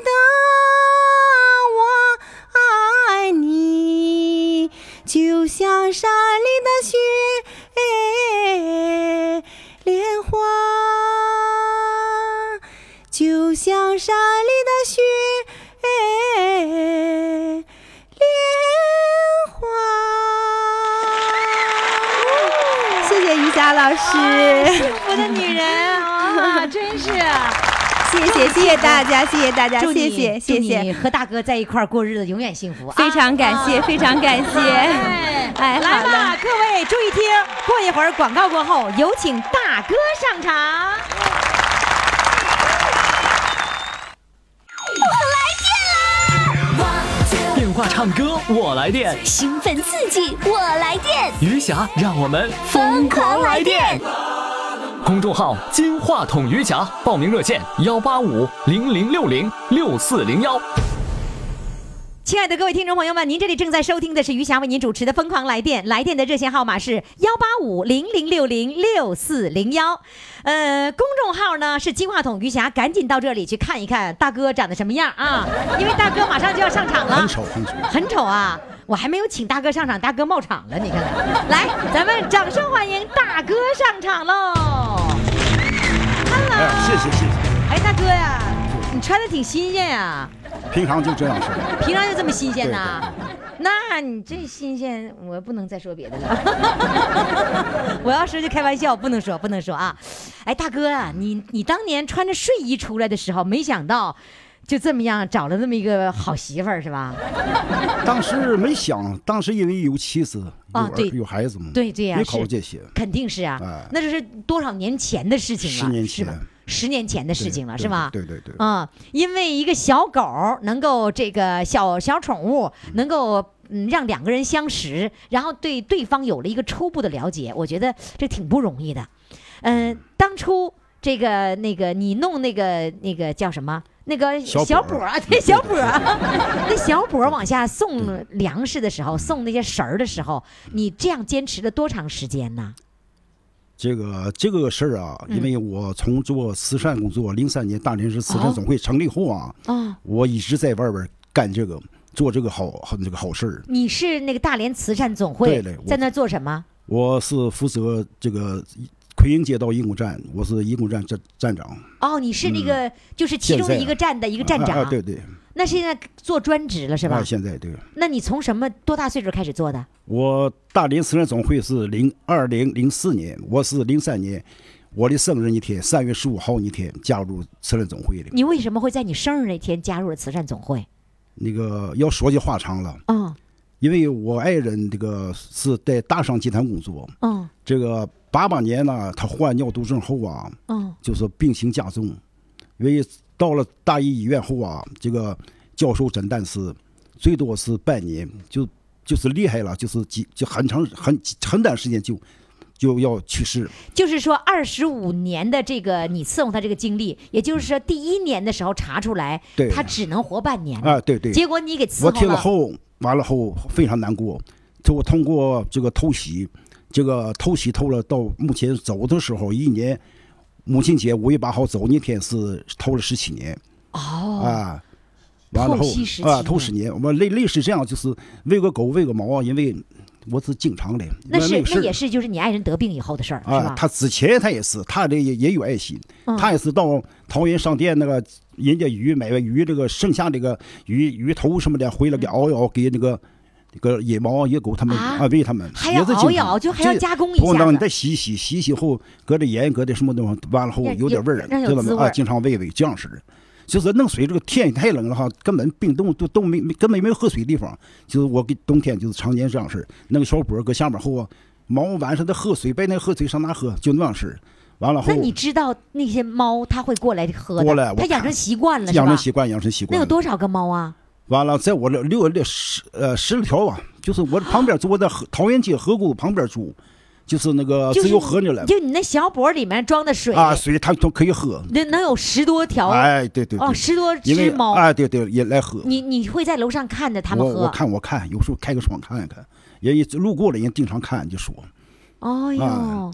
Speaker 7: 的，我爱你，就像山里的雪莲花，就像山里的雪莲花。谢谢瑜伽老师，
Speaker 3: 啊幸福的女人啊，真是！
Speaker 7: 谢谢谢谢大家，谢谢大家，
Speaker 3: 祝
Speaker 7: 谢
Speaker 3: 你
Speaker 7: 谢
Speaker 3: 祝
Speaker 7: 谢
Speaker 3: 你
Speaker 7: 谢，
Speaker 3: 和大哥在一块儿过日子，永远幸福啊！
Speaker 7: 非常感谢，非常感谢。
Speaker 3: 哎
Speaker 7: 哎
Speaker 3: 来
Speaker 7: 好了
Speaker 3: 吧，各位注意听，过一会儿广告过后，有请大哥上场。
Speaker 1: 电话唱歌我来电，
Speaker 2: 兴奋刺激，我来电！
Speaker 1: 余霞让我们疯狂来电。公众号“金话筒余霞”，报名热线：幺八五零零六零六四零幺。
Speaker 3: 亲爱的各位听众朋友们，您这里正在收听的是余霞为您主持的《疯狂来电》，来电的热线号码是幺八五零零六零六四零幺，呃，公众号呢是金话筒余霞，赶紧到这里去看一看大哥长得什么样啊，因为大哥马上就要上场了，
Speaker 8: 很丑很丑。
Speaker 3: 很丑啊！我还没有请大哥上场，大哥冒场了，你看看。来，咱们掌声欢迎大哥上场喽
Speaker 8: 哎
Speaker 3: ！Hello，
Speaker 8: 呀，谢谢谢谢，
Speaker 3: 哎，大哥呀，你穿的挺新鲜呀、
Speaker 8: 平常就这样式的。
Speaker 3: 平常就这么新鲜啊呐？那你这新鲜，我不能再说别的了。我要说就开玩笑，不能说，不能说啊！哎，大哥啊，你你当年穿着睡衣出来的时候，没想到就这么样找了那么一个好媳妇儿，是吧？
Speaker 8: 当时没想，当时因为有妻子，有
Speaker 3: 啊
Speaker 8: 儿
Speaker 3: 对
Speaker 8: 有孩子嘛，
Speaker 3: 对对呀
Speaker 8: 没考虑
Speaker 3: 是
Speaker 8: 这些。
Speaker 3: 肯定是啊，
Speaker 8: 哎
Speaker 3: 那就是多少年前的事情了，
Speaker 8: 十年
Speaker 3: 是吧
Speaker 8: 前？
Speaker 3: 十年前的事情了，
Speaker 8: 对
Speaker 3: 是吧？
Speaker 8: 对对对对
Speaker 3: 嗯，因为一个小狗儿能够这个小小宠物能够嗯让两个人相识，然后对对方有了一个初步的了解，我觉得这挺不容易的。嗯、当初这个那个你弄那个那个叫什么？那个
Speaker 8: 小
Speaker 3: 小
Speaker 8: 钵
Speaker 3: 钵
Speaker 8: 儿
Speaker 3: 儿， 对小钵儿， 那小钵儿往下送粮食的时候，送那些食儿的时候，你这样坚持了多长时间呢？
Speaker 8: 这个这个事儿啊，
Speaker 3: 嗯
Speaker 8: 因为我从做慈善工作，零三年大连市慈善总会成立后啊，
Speaker 3: 哦
Speaker 8: 我一直在外边干这个，做这个好好这个好事儿。
Speaker 3: 你是那个大连慈善总会
Speaker 8: 对嘞我
Speaker 3: 在那做什么？
Speaker 8: 我是负责这个奎英街道医工站，我是医工站站站长，
Speaker 3: 哦，你是那个、就是其中的一个站的一个站长，
Speaker 8: 嗯啊啊对对，
Speaker 3: 那现在做专职了是吧？
Speaker 8: 啊，现在对。
Speaker 3: 那你从什么多大岁数开始做的？
Speaker 8: 我大连慈善总会是零二零零四年，我是零三年，我的生日那天，三月十五号那天加入慈善总会的。
Speaker 3: 你为什么会在你生日那天加入了慈善总会？
Speaker 8: 那个要说句话长了，
Speaker 3: 嗯
Speaker 8: 因为我爱人这个是在大商集团工作，
Speaker 3: 嗯
Speaker 8: 这个八八年呢，他患尿毒症后啊，
Speaker 3: 嗯，
Speaker 8: 就是病情加重，因为到了大医医院后啊，这个教授诊断是最多是半年，就就是厉害了，就是几就很长很很短时间就就要去世。
Speaker 3: 就是说二十五年的这个你伺候他这个经历，也就是说第一年的时候查出来
Speaker 8: 对，
Speaker 3: 他只能活半年
Speaker 8: 啊，对对，
Speaker 3: 嗯结果你给伺
Speaker 8: 我
Speaker 3: 候
Speaker 8: 听了
Speaker 3: 了，
Speaker 8: 后，完了后非常难过。就我通过这个偷袭，这个偷袭偷了，到目前走的时候，一年母亲节五月八号走那天是偷了十七年。哦。啊。完了
Speaker 3: 偷
Speaker 8: 后
Speaker 3: 袭17
Speaker 8: 啊，偷
Speaker 3: 年
Speaker 8: 十年，我类类似这样，就是喂个狗喂个毛啊，因为我是经常的，
Speaker 3: 那
Speaker 8: 因为
Speaker 3: 是
Speaker 8: 个事
Speaker 3: 那
Speaker 8: 儿
Speaker 3: 也是就是你爱人得病以后的事儿、是
Speaker 8: 啊
Speaker 3: 吧，？嗯
Speaker 8: 他之前他也是，他这也也有爱心，他也是到桃园商店那个人家鱼买了鱼，这个剩下这个鱼鱼头什么的回来给熬一熬，给那个这个野猫野狗他们
Speaker 3: 嗯啊
Speaker 8: 喂他们，
Speaker 3: 还要
Speaker 8: 也是
Speaker 3: 熬一
Speaker 8: 经常
Speaker 3: 熬就还要
Speaker 8: 这
Speaker 3: 加工一下
Speaker 8: 咣当
Speaker 3: 子
Speaker 8: 你再洗一洗，洗一洗后搁点盐，搁点什么东西，完了后
Speaker 3: 让
Speaker 8: 有点味儿了，
Speaker 3: 让有
Speaker 8: 知道
Speaker 3: 滋味
Speaker 8: 吗？
Speaker 3: 儿
Speaker 8: 啊，经常喂喂这样式的。就是弄水，这个天也太冷了哈，根本冰冻都都没没根本没有喝水地方。就是我给冬天就是常年这样式儿，弄个小钵儿搁下面后啊，忙晚上再喝水，白天喝水上哪喝就那样式儿。完了后
Speaker 3: 那你知道那些猫它会过来喝
Speaker 8: 过来
Speaker 3: 的，
Speaker 8: 我
Speaker 3: 它养成
Speaker 8: 看
Speaker 3: 习惯了是
Speaker 8: 养
Speaker 3: 吧？
Speaker 8: 成习惯，养成习
Speaker 3: 那
Speaker 8: 惯
Speaker 3: 有
Speaker 8: 了。
Speaker 3: 多少个猫啊？
Speaker 8: 完了，在我这六六十呃十来条吧，就是我旁边住，我在河桃园街河谷旁边住，就是那个
Speaker 3: 就
Speaker 8: 啊自
Speaker 3: 是
Speaker 8: 由河那了
Speaker 3: 就你那小钵里面装的水
Speaker 8: 啊，水它都可以喝。
Speaker 3: 那能有十多条
Speaker 8: 哎，对对对，
Speaker 3: 哦，十多
Speaker 8: 因为
Speaker 3: 只猫。
Speaker 8: 啊，对对也来喝。
Speaker 3: 你你会在楼上看着它们
Speaker 8: 我我
Speaker 3: 喝？
Speaker 8: 看我看，有时候开个窗看一看，人一路过了人经常看就说，
Speaker 3: 哦呦
Speaker 8: 啊，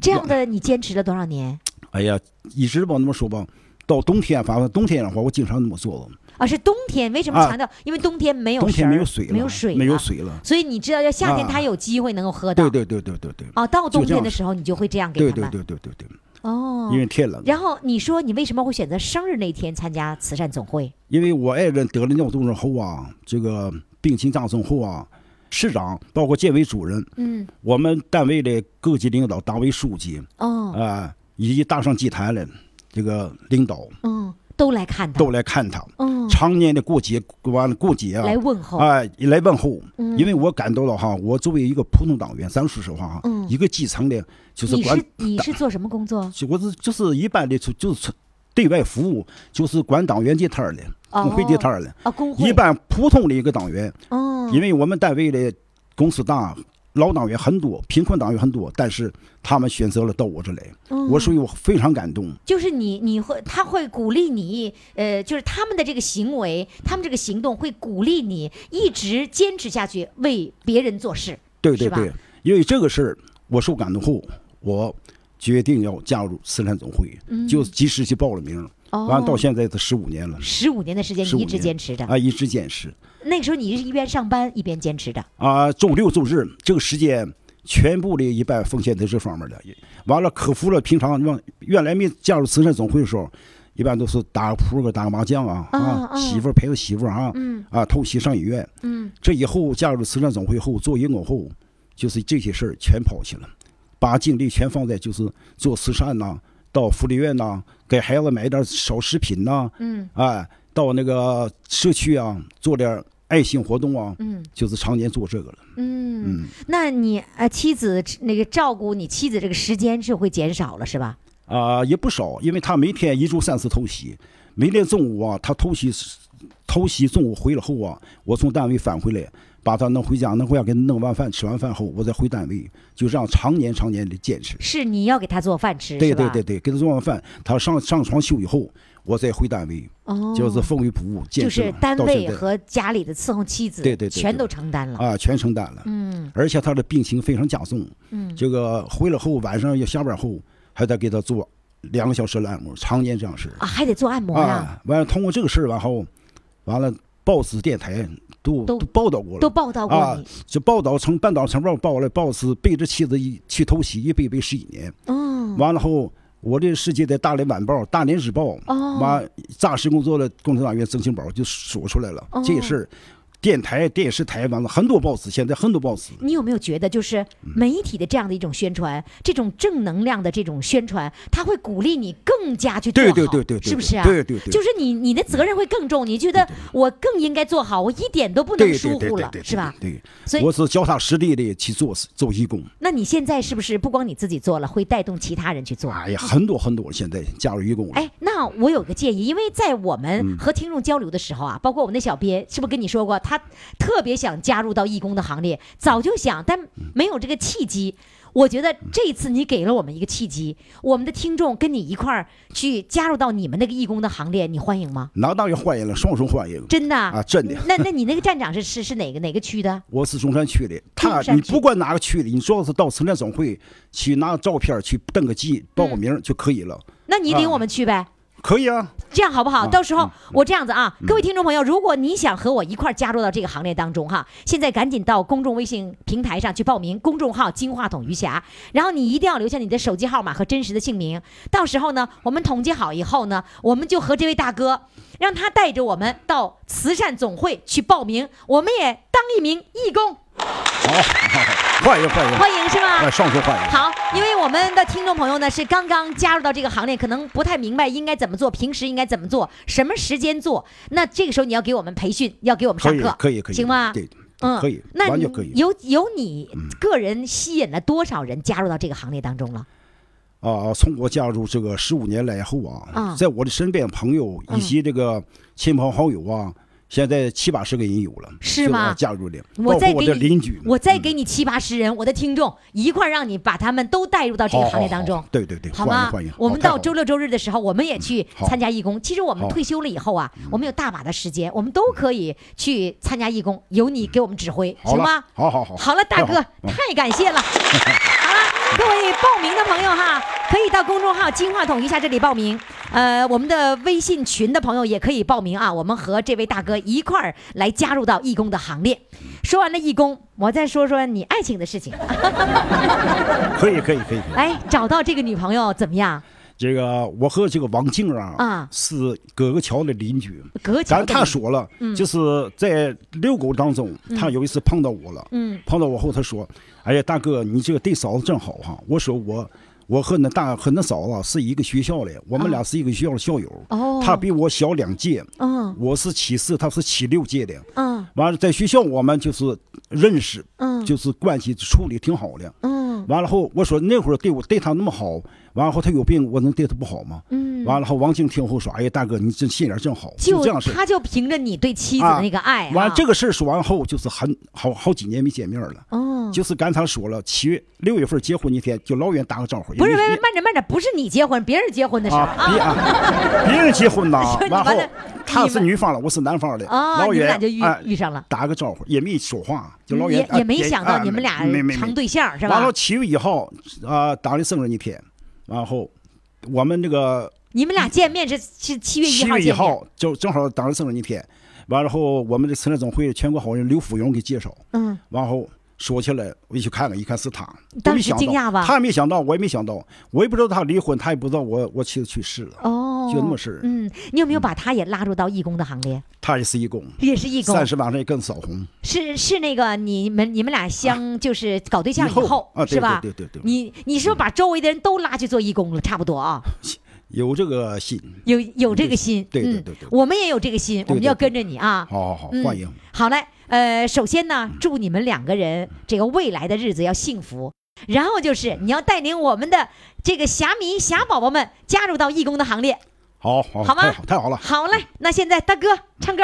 Speaker 3: 这样的你坚持了多少年？
Speaker 8: 哎呀，一直吧那么说吧，到冬天反正冬天的话，我经常那么做了，
Speaker 3: 啊，是冬天？为什么
Speaker 8: 啊
Speaker 3: 强调？因为冬天没有
Speaker 8: 冬天
Speaker 3: 食儿
Speaker 8: 没有水了，
Speaker 3: 没有水，
Speaker 8: 没有。水了。
Speaker 3: 所以你知道，要夏天
Speaker 8: 啊
Speaker 3: 它有机会能够喝到。
Speaker 8: 对对对对对对，
Speaker 3: 哦，到
Speaker 8: 就
Speaker 3: 冬
Speaker 8: 这
Speaker 3: 天
Speaker 8: 样
Speaker 3: 的时候，你就会这样给
Speaker 8: 对
Speaker 3: 它
Speaker 8: 对
Speaker 3: 们。
Speaker 8: 对对对对，
Speaker 3: 哦
Speaker 8: 因，为天冷。
Speaker 3: 然后你说你为什么会选择生日那天参加慈善总会？
Speaker 8: 因为我爱人得了尿毒症后啊，这个病情加重后啊，市长包括建委主任，
Speaker 3: 嗯，
Speaker 8: 我们单位的各级领导、党委书记啊、
Speaker 3: 哦，
Speaker 8: 以及大上集团的这个领导
Speaker 3: 嗯，都来看它。
Speaker 8: 都来看他。
Speaker 3: 嗯，
Speaker 8: 常年的过节，完了过节啊，
Speaker 3: 来问候。嗯
Speaker 8: 哎，来问候，因为我感到了哈，我作为一个普通党员，咱说实话哈，
Speaker 3: 嗯
Speaker 8: 一个基层的，就是
Speaker 3: 你
Speaker 8: 管
Speaker 3: 是，你是做什么工作？
Speaker 8: 就我是就是一般的，就就是对外服务，就是管党员这摊儿的，
Speaker 3: 哦
Speaker 8: 工会这摊儿的，
Speaker 3: 啊，工会。
Speaker 8: 一般普通的一个党员，
Speaker 3: 哦，
Speaker 8: 因为我们单位的公司大，老党员很多，贫困党员很多，但是他们选择了到我这来，
Speaker 3: 哦
Speaker 8: 我所以我非常感动。
Speaker 3: 就是你，你会他会鼓励你，呃，就是他们的这个行为，他们这个行动会鼓励你一直坚持下去，为别人做事。
Speaker 8: 对对
Speaker 3: 是吧
Speaker 8: 对，因为这个事儿，我受感动后，我决定要加入慈善总会，就及时去报了名。
Speaker 3: 嗯哦
Speaker 8: 完了到现在都十五年了，
Speaker 3: 十五年的时间
Speaker 8: 15
Speaker 3: 你一直
Speaker 8: 年
Speaker 3: 坚持着。
Speaker 8: 啊，一直坚持
Speaker 3: 那个时候你是一边上班一边坚持着，
Speaker 8: 啊，周六周日这个时间。全部的一半奉献在这方面的，也完了克服了平常往原来没加入慈善总会的时候，一般都是打个扑克、打个麻将啊
Speaker 3: 啊啊
Speaker 8: 媳妇儿陪着媳妇儿啊，
Speaker 3: 嗯
Speaker 8: 啊偷袭上医院，
Speaker 3: 嗯，
Speaker 8: 这以后加入慈善总会后，做英国后，就是这些事儿全抛弃了，把精力全放在就是做慈善呐、到福利院呐、给孩子买点小食品呐、
Speaker 3: 嗯，
Speaker 8: 哎，到那个社区啊，做点爱心活动啊，
Speaker 3: 嗯，
Speaker 8: 就是常年做这个了，
Speaker 3: 嗯
Speaker 8: 嗯，
Speaker 3: 那你呃妻子那个照顾你妻子这个时间是会减少了是吧？
Speaker 8: 啊、也不少，因为他每天一周三次偷袭，每天中午啊，他偷袭，偷袭中午回了后啊，我从单位返回来，把他弄回家，弄回家给他弄完饭，吃完饭后，我再回单位，就这样常年常年的坚持。
Speaker 3: 是你要给他做饭吃
Speaker 8: 对
Speaker 3: 是吧？
Speaker 8: 对对对，给他做完饭，他上上床休以后，我再回单位，
Speaker 3: 哦，
Speaker 8: 就是风雨不误，
Speaker 3: 就
Speaker 8: 坚持
Speaker 3: 是
Speaker 8: 了
Speaker 3: 单
Speaker 8: 到
Speaker 3: 位
Speaker 8: 现在
Speaker 3: 和家里的伺候妻子，
Speaker 8: 对对对对
Speaker 3: 全都承担了。
Speaker 8: 啊全承担了，
Speaker 3: 嗯
Speaker 8: 而且他的病情非常加重，
Speaker 3: 嗯，
Speaker 8: 这个回来后晚上要下班后还得给他做两个小时的按摩，常年这样式
Speaker 3: 啊，还得做按摩呀，
Speaker 8: 啊，完了通过这个事儿完后，完了报纸电台都
Speaker 3: 都
Speaker 8: 报道过
Speaker 3: 都
Speaker 8: 了。
Speaker 3: 报道过
Speaker 8: 啊
Speaker 3: 你。，
Speaker 8: 就报道成半岛晨报报了，报纸背着妻子一去偷袭，一背背十几年。
Speaker 3: 嗯，
Speaker 8: 完了后，我这世界的《大连晚报》《大连日报》
Speaker 3: 哦
Speaker 8: 完诈尸工作的共产党员曾庆宝就说出来了、
Speaker 3: 哦
Speaker 8: 这事儿。电台、电视台完了，很多报纸，现在很多报纸，
Speaker 3: 你有没有觉得，就是
Speaker 8: 嗯
Speaker 3: 媒体的这样的一种宣传，这种正能量的这种宣传，它会鼓励你更加去做好，
Speaker 8: 对对对对对
Speaker 3: 是不是啊？
Speaker 8: 对对对
Speaker 3: 就是你你的责任会更重，你觉得我更应该做好，我一点都不能
Speaker 8: 对
Speaker 3: 疏
Speaker 8: 对对
Speaker 3: 忽
Speaker 8: 对
Speaker 3: 了，
Speaker 8: 对，
Speaker 3: 是吧？
Speaker 8: 对，对
Speaker 3: 所以
Speaker 8: 我是脚踏实地的去做事做义工。
Speaker 3: 那你现在是不是不光你自己做了，会带动其他人去做？
Speaker 8: 哎呀，很多很多了，现在加入义工了。
Speaker 3: 哎，那我有个建议，因为在我
Speaker 8: 嗯
Speaker 3: 们和听众交流的时候啊，包括我们的小编，是不是跟你说过，他特别想加入到义工的行列，早就想，但没有这个契机。我觉得这一次你给了我们一个契机，我们的听众跟你一块儿去加入到你们那个义工的行列，你欢迎吗？
Speaker 8: 那当然欢迎了，双手欢迎。
Speaker 3: 真的
Speaker 8: 啊真的
Speaker 3: 那那你那个站长是是是哪个哪个区的？
Speaker 8: 我是中山区的，他
Speaker 3: 中山
Speaker 8: 你
Speaker 3: 区
Speaker 8: 不管哪个区的，你只要是到慈善总会去拿照片去登个记、报个名就可以了，
Speaker 3: 嗯那你领
Speaker 8: 啊
Speaker 3: 我们去呗。
Speaker 8: 可以啊。
Speaker 3: 这样好不好？
Speaker 8: 啊
Speaker 3: 到时候我这样子啊，各位听众朋友，如果你想和我一块儿加入到这个行列当中哈，现在赶紧到公众微信平台上去报名，公众号“金话筒余霞”，然后你一定要留下你的手机号码和真实的姓名。到时候呢，我们统计好以后呢，我们就和这位大哥，让他带着我们到慈善总会去报名，我们也当一名义工，
Speaker 8: 好，好好欢迎欢迎，
Speaker 3: 欢迎是吗？
Speaker 8: 哎，上手欢迎。
Speaker 3: 好，因为我们的听众朋友呢是刚刚加入到这个行列，可能不太明白应该怎么做，平时应该怎么做，什么时间做。那这个时候你要给我们培训，要给我们
Speaker 8: 可
Speaker 3: 上
Speaker 8: 以
Speaker 3: 课，
Speaker 8: 可以可以，
Speaker 3: 行吗？
Speaker 8: 对，
Speaker 3: 嗯，
Speaker 8: 可以，
Speaker 3: 那
Speaker 8: 完
Speaker 3: 你
Speaker 8: 全可以
Speaker 3: 有有你个人吸引了多少人加入到这个行列当中了？
Speaker 8: 啊！从我加入这个十五年来以后
Speaker 3: 啊
Speaker 8: 啊，在我的身边朋友以及这个亲朋好友啊，现在七八十个人有了，
Speaker 3: 是
Speaker 8: 就
Speaker 3: 吗
Speaker 8: 我加入的，
Speaker 3: 我
Speaker 8: 包
Speaker 3: 再
Speaker 8: 括我
Speaker 3: 给你
Speaker 8: 的邻居，
Speaker 3: 我再给你七八十人，我的听众一块儿让你把他们都带入到这个
Speaker 8: 好
Speaker 3: 行列
Speaker 8: 好
Speaker 3: 当
Speaker 8: 好
Speaker 3: 中。
Speaker 8: 对对对，
Speaker 3: 好
Speaker 8: 欢迎
Speaker 3: 吗
Speaker 8: 欢迎。？
Speaker 3: 我
Speaker 8: 好
Speaker 3: 们
Speaker 8: 太
Speaker 3: 到
Speaker 8: 好
Speaker 3: 周
Speaker 8: 了嗯
Speaker 3: 六周日的时候，我们也去
Speaker 8: 好
Speaker 3: 参加义工。其实我们
Speaker 8: 好
Speaker 3: 退休了以后啊，我们有大把的时间，我们都可以去参加义工，由你给我们指挥，
Speaker 8: 嗯好
Speaker 3: 行
Speaker 8: 了
Speaker 3: 吗？
Speaker 8: 好好好
Speaker 3: 好了，大
Speaker 8: 太好
Speaker 3: 哥，
Speaker 8: 嗯
Speaker 3: 太感 谢了。好了，各位报名的朋友哈，可以到公众号“金话筒”一下这里报名。呃，我们的微信群的朋友也可以报名啊，我们和这位大哥一块儿来加入到义工的行列。说完了义工，我再说说你爱情的事情。
Speaker 8: 可以可以可以。可以
Speaker 3: 哎，找到这个女朋友怎么样？
Speaker 8: 这个我和这个王静啊，
Speaker 3: 啊
Speaker 8: 是葛格桥的邻居。
Speaker 3: 隔
Speaker 8: 咱
Speaker 3: 墙的
Speaker 8: 他
Speaker 3: 邻嗯
Speaker 8: 说了，就是在遛狗当中，他有一次碰到我了，
Speaker 3: 嗯
Speaker 8: 碰到我后，他说：“哎呀，大哥，你这个对嫂子真好哈、我说我。我和那大和那嫂子啊是一个学校的，我们俩是一个学校的校友。
Speaker 3: 啊哦
Speaker 8: 他比我小两届，
Speaker 3: 嗯
Speaker 8: 我是七四，他是七六届的。
Speaker 3: 嗯
Speaker 8: 完了，在学校我们就是认识，
Speaker 3: 嗯
Speaker 8: 就是关系处理挺好的。
Speaker 3: 嗯
Speaker 8: 完了后，我说那会儿对我对他那么好，完了后他有病，我能对他不好吗？
Speaker 3: 嗯，
Speaker 8: 完了后，王静听后说：“哎呀，大哥，你这心眼儿真好。”
Speaker 3: 就
Speaker 8: 这样式儿。
Speaker 3: 他就凭着你对妻子的那个爱、啊，
Speaker 8: 完了这个事儿说完后，就是很好好几年没见面了。
Speaker 3: 哦，
Speaker 8: 就是刚才说了，七月六月份结婚那天，就老远打个招呼。
Speaker 3: 不是，
Speaker 8: 因为
Speaker 3: 喂喂，慢着慢着，不是你结婚，别人结婚的事儿
Speaker 8: 啊，别啊， 别人结婚呐
Speaker 3: 说，你
Speaker 8: 完
Speaker 3: 完
Speaker 8: 后
Speaker 3: 了
Speaker 8: 他是
Speaker 3: 你们
Speaker 8: 女方了，我是男方的，
Speaker 3: 啊
Speaker 8: 老
Speaker 3: 你们
Speaker 8: 远
Speaker 3: 俩就遇
Speaker 8: 哎
Speaker 3: 遇上了
Speaker 8: 打个招呼也没说话，就老
Speaker 3: 嗯
Speaker 8: 远
Speaker 9: 啊
Speaker 3: 也也没
Speaker 8: 哎
Speaker 3: 想到
Speaker 8: 哎
Speaker 3: 你们俩
Speaker 8: 没没没
Speaker 3: 成对象是
Speaker 8: 完
Speaker 3: 吧
Speaker 8: 了？七月一号啊，打的生日那天，然后我们这个
Speaker 3: 你们俩见面是是七月一
Speaker 9: 七
Speaker 3: 号
Speaker 9: 月
Speaker 3: 见
Speaker 9: 一
Speaker 3: 面，
Speaker 9: 号就正好当时生日那天，完了后我们的村里总会全国好人刘福荣给介绍，
Speaker 3: 嗯，
Speaker 9: 然后说起来我一去看看，一看是他，
Speaker 3: 当
Speaker 9: 没
Speaker 3: 时
Speaker 9: 想
Speaker 3: 惊
Speaker 9: 到
Speaker 3: 讶吧
Speaker 9: 他也没想到，我也没想到，我也不知道他离婚，他也不知道我我妻子去世了，
Speaker 3: 哦，
Speaker 9: 就那么事儿
Speaker 3: 嗯，你有没有把他也拉入到义工的行列？
Speaker 9: 他也是义工，
Speaker 3: 嗯也是义工，
Speaker 9: 三十晚上也跟扫红，
Speaker 3: 是是那个你们你们俩相就是搞对象
Speaker 9: 啊以后啊对
Speaker 3: 是吧？
Speaker 9: 对对对对嗯
Speaker 3: 你你是不是把周围的人都拉去做义工了？差不多 啊，
Speaker 9: 有这个心，
Speaker 3: 有有这个心，
Speaker 9: 对对
Speaker 3: 嗯
Speaker 9: 对对对
Speaker 3: 我们也有这个心，我们
Speaker 9: 对
Speaker 3: 要
Speaker 9: 对
Speaker 3: 跟着你啊。
Speaker 9: 好好好，
Speaker 3: 嗯
Speaker 9: 欢迎。嗯
Speaker 3: 好嘞，呃，首先呢，祝你们两个人这个未来的日子要幸福。然后
Speaker 9: 嗯
Speaker 3: 就是你要带领我们的这个侠迷侠宝宝们加入到义工的行列。
Speaker 9: 好好
Speaker 3: 好吗
Speaker 9: 太好太好了，
Speaker 3: 好嘞，那现在大哥唱 歌，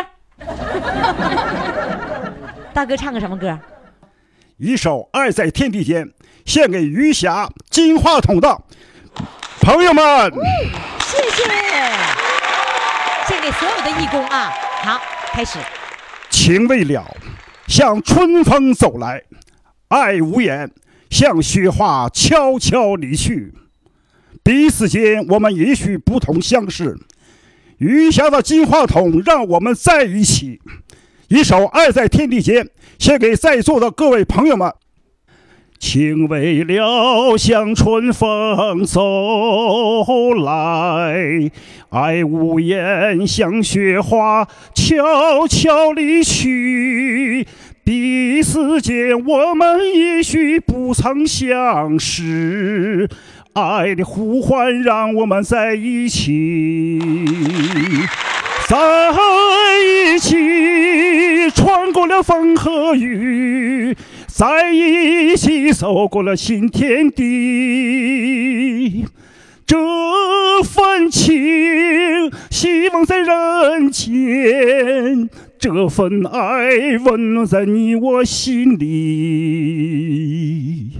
Speaker 3: 大哥唱个什么歌？
Speaker 9: 一首《爱在天地间》献给余霞金话筒的朋友们。
Speaker 3: 谢谢，献给所有的义工啊！好，开始。
Speaker 9: 情未了，向春风走来；爱无言，向雪花悄悄离去。彼此间，我们也许不同相识。余霞的金话筒让我们在一起。一首《爱在天地间》献给在座的各位朋友们。情未了，向春风走来；爱无言，向雪花悄悄离去。彼此间，我们也许不曾相识，爱的呼唤让我们在一起。在一起，穿过了风和雨，在一起走过了新天地。这份情，希望在人间；这份爱，温暖在你我心里。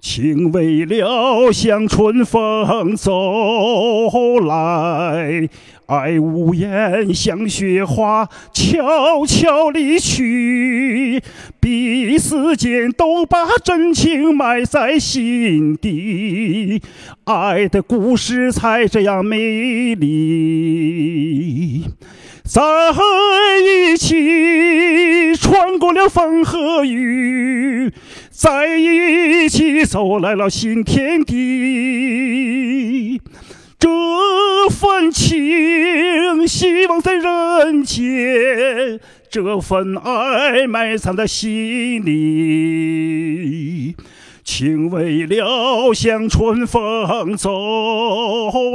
Speaker 9: 情未了，向春风走来；爱无言，向雪花悄悄离去。彼此间都把真情埋在心底，爱的故事才这样美丽。在一起，穿过了风和雨，在一起走来了新天地。这份情，希望在人间；这份爱，埋藏在心里。情未了，向春风走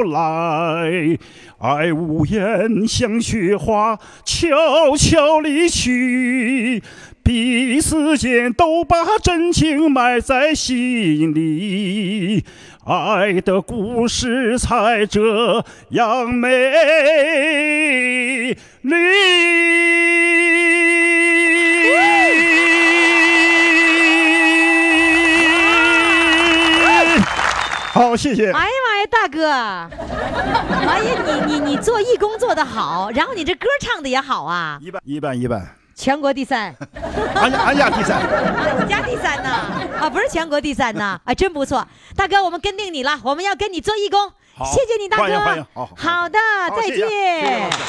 Speaker 9: 来；爱无言，向雪花悄悄离去。彼此间都把真情埋在心里，爱的故事才这样美丽。好，谢谢。
Speaker 3: 哎呀妈呀，大哥！ 哎呀，你你你做义工做得好，然后你这歌唱的也好啊，
Speaker 9: 一般一般一般，
Speaker 3: 全国 第三，
Speaker 9: 俺家俺家第三，
Speaker 3: 啊，你家第三呐？啊，不是全国第三呐？啊，真不错，大哥，我们跟定你了，我们要跟你做义工，
Speaker 9: 好
Speaker 3: 谢谢你，大哥，
Speaker 9: 欢迎欢迎好好
Speaker 3: 好的，再
Speaker 9: 谢谢啊谢谢
Speaker 3: 见
Speaker 9: 老。师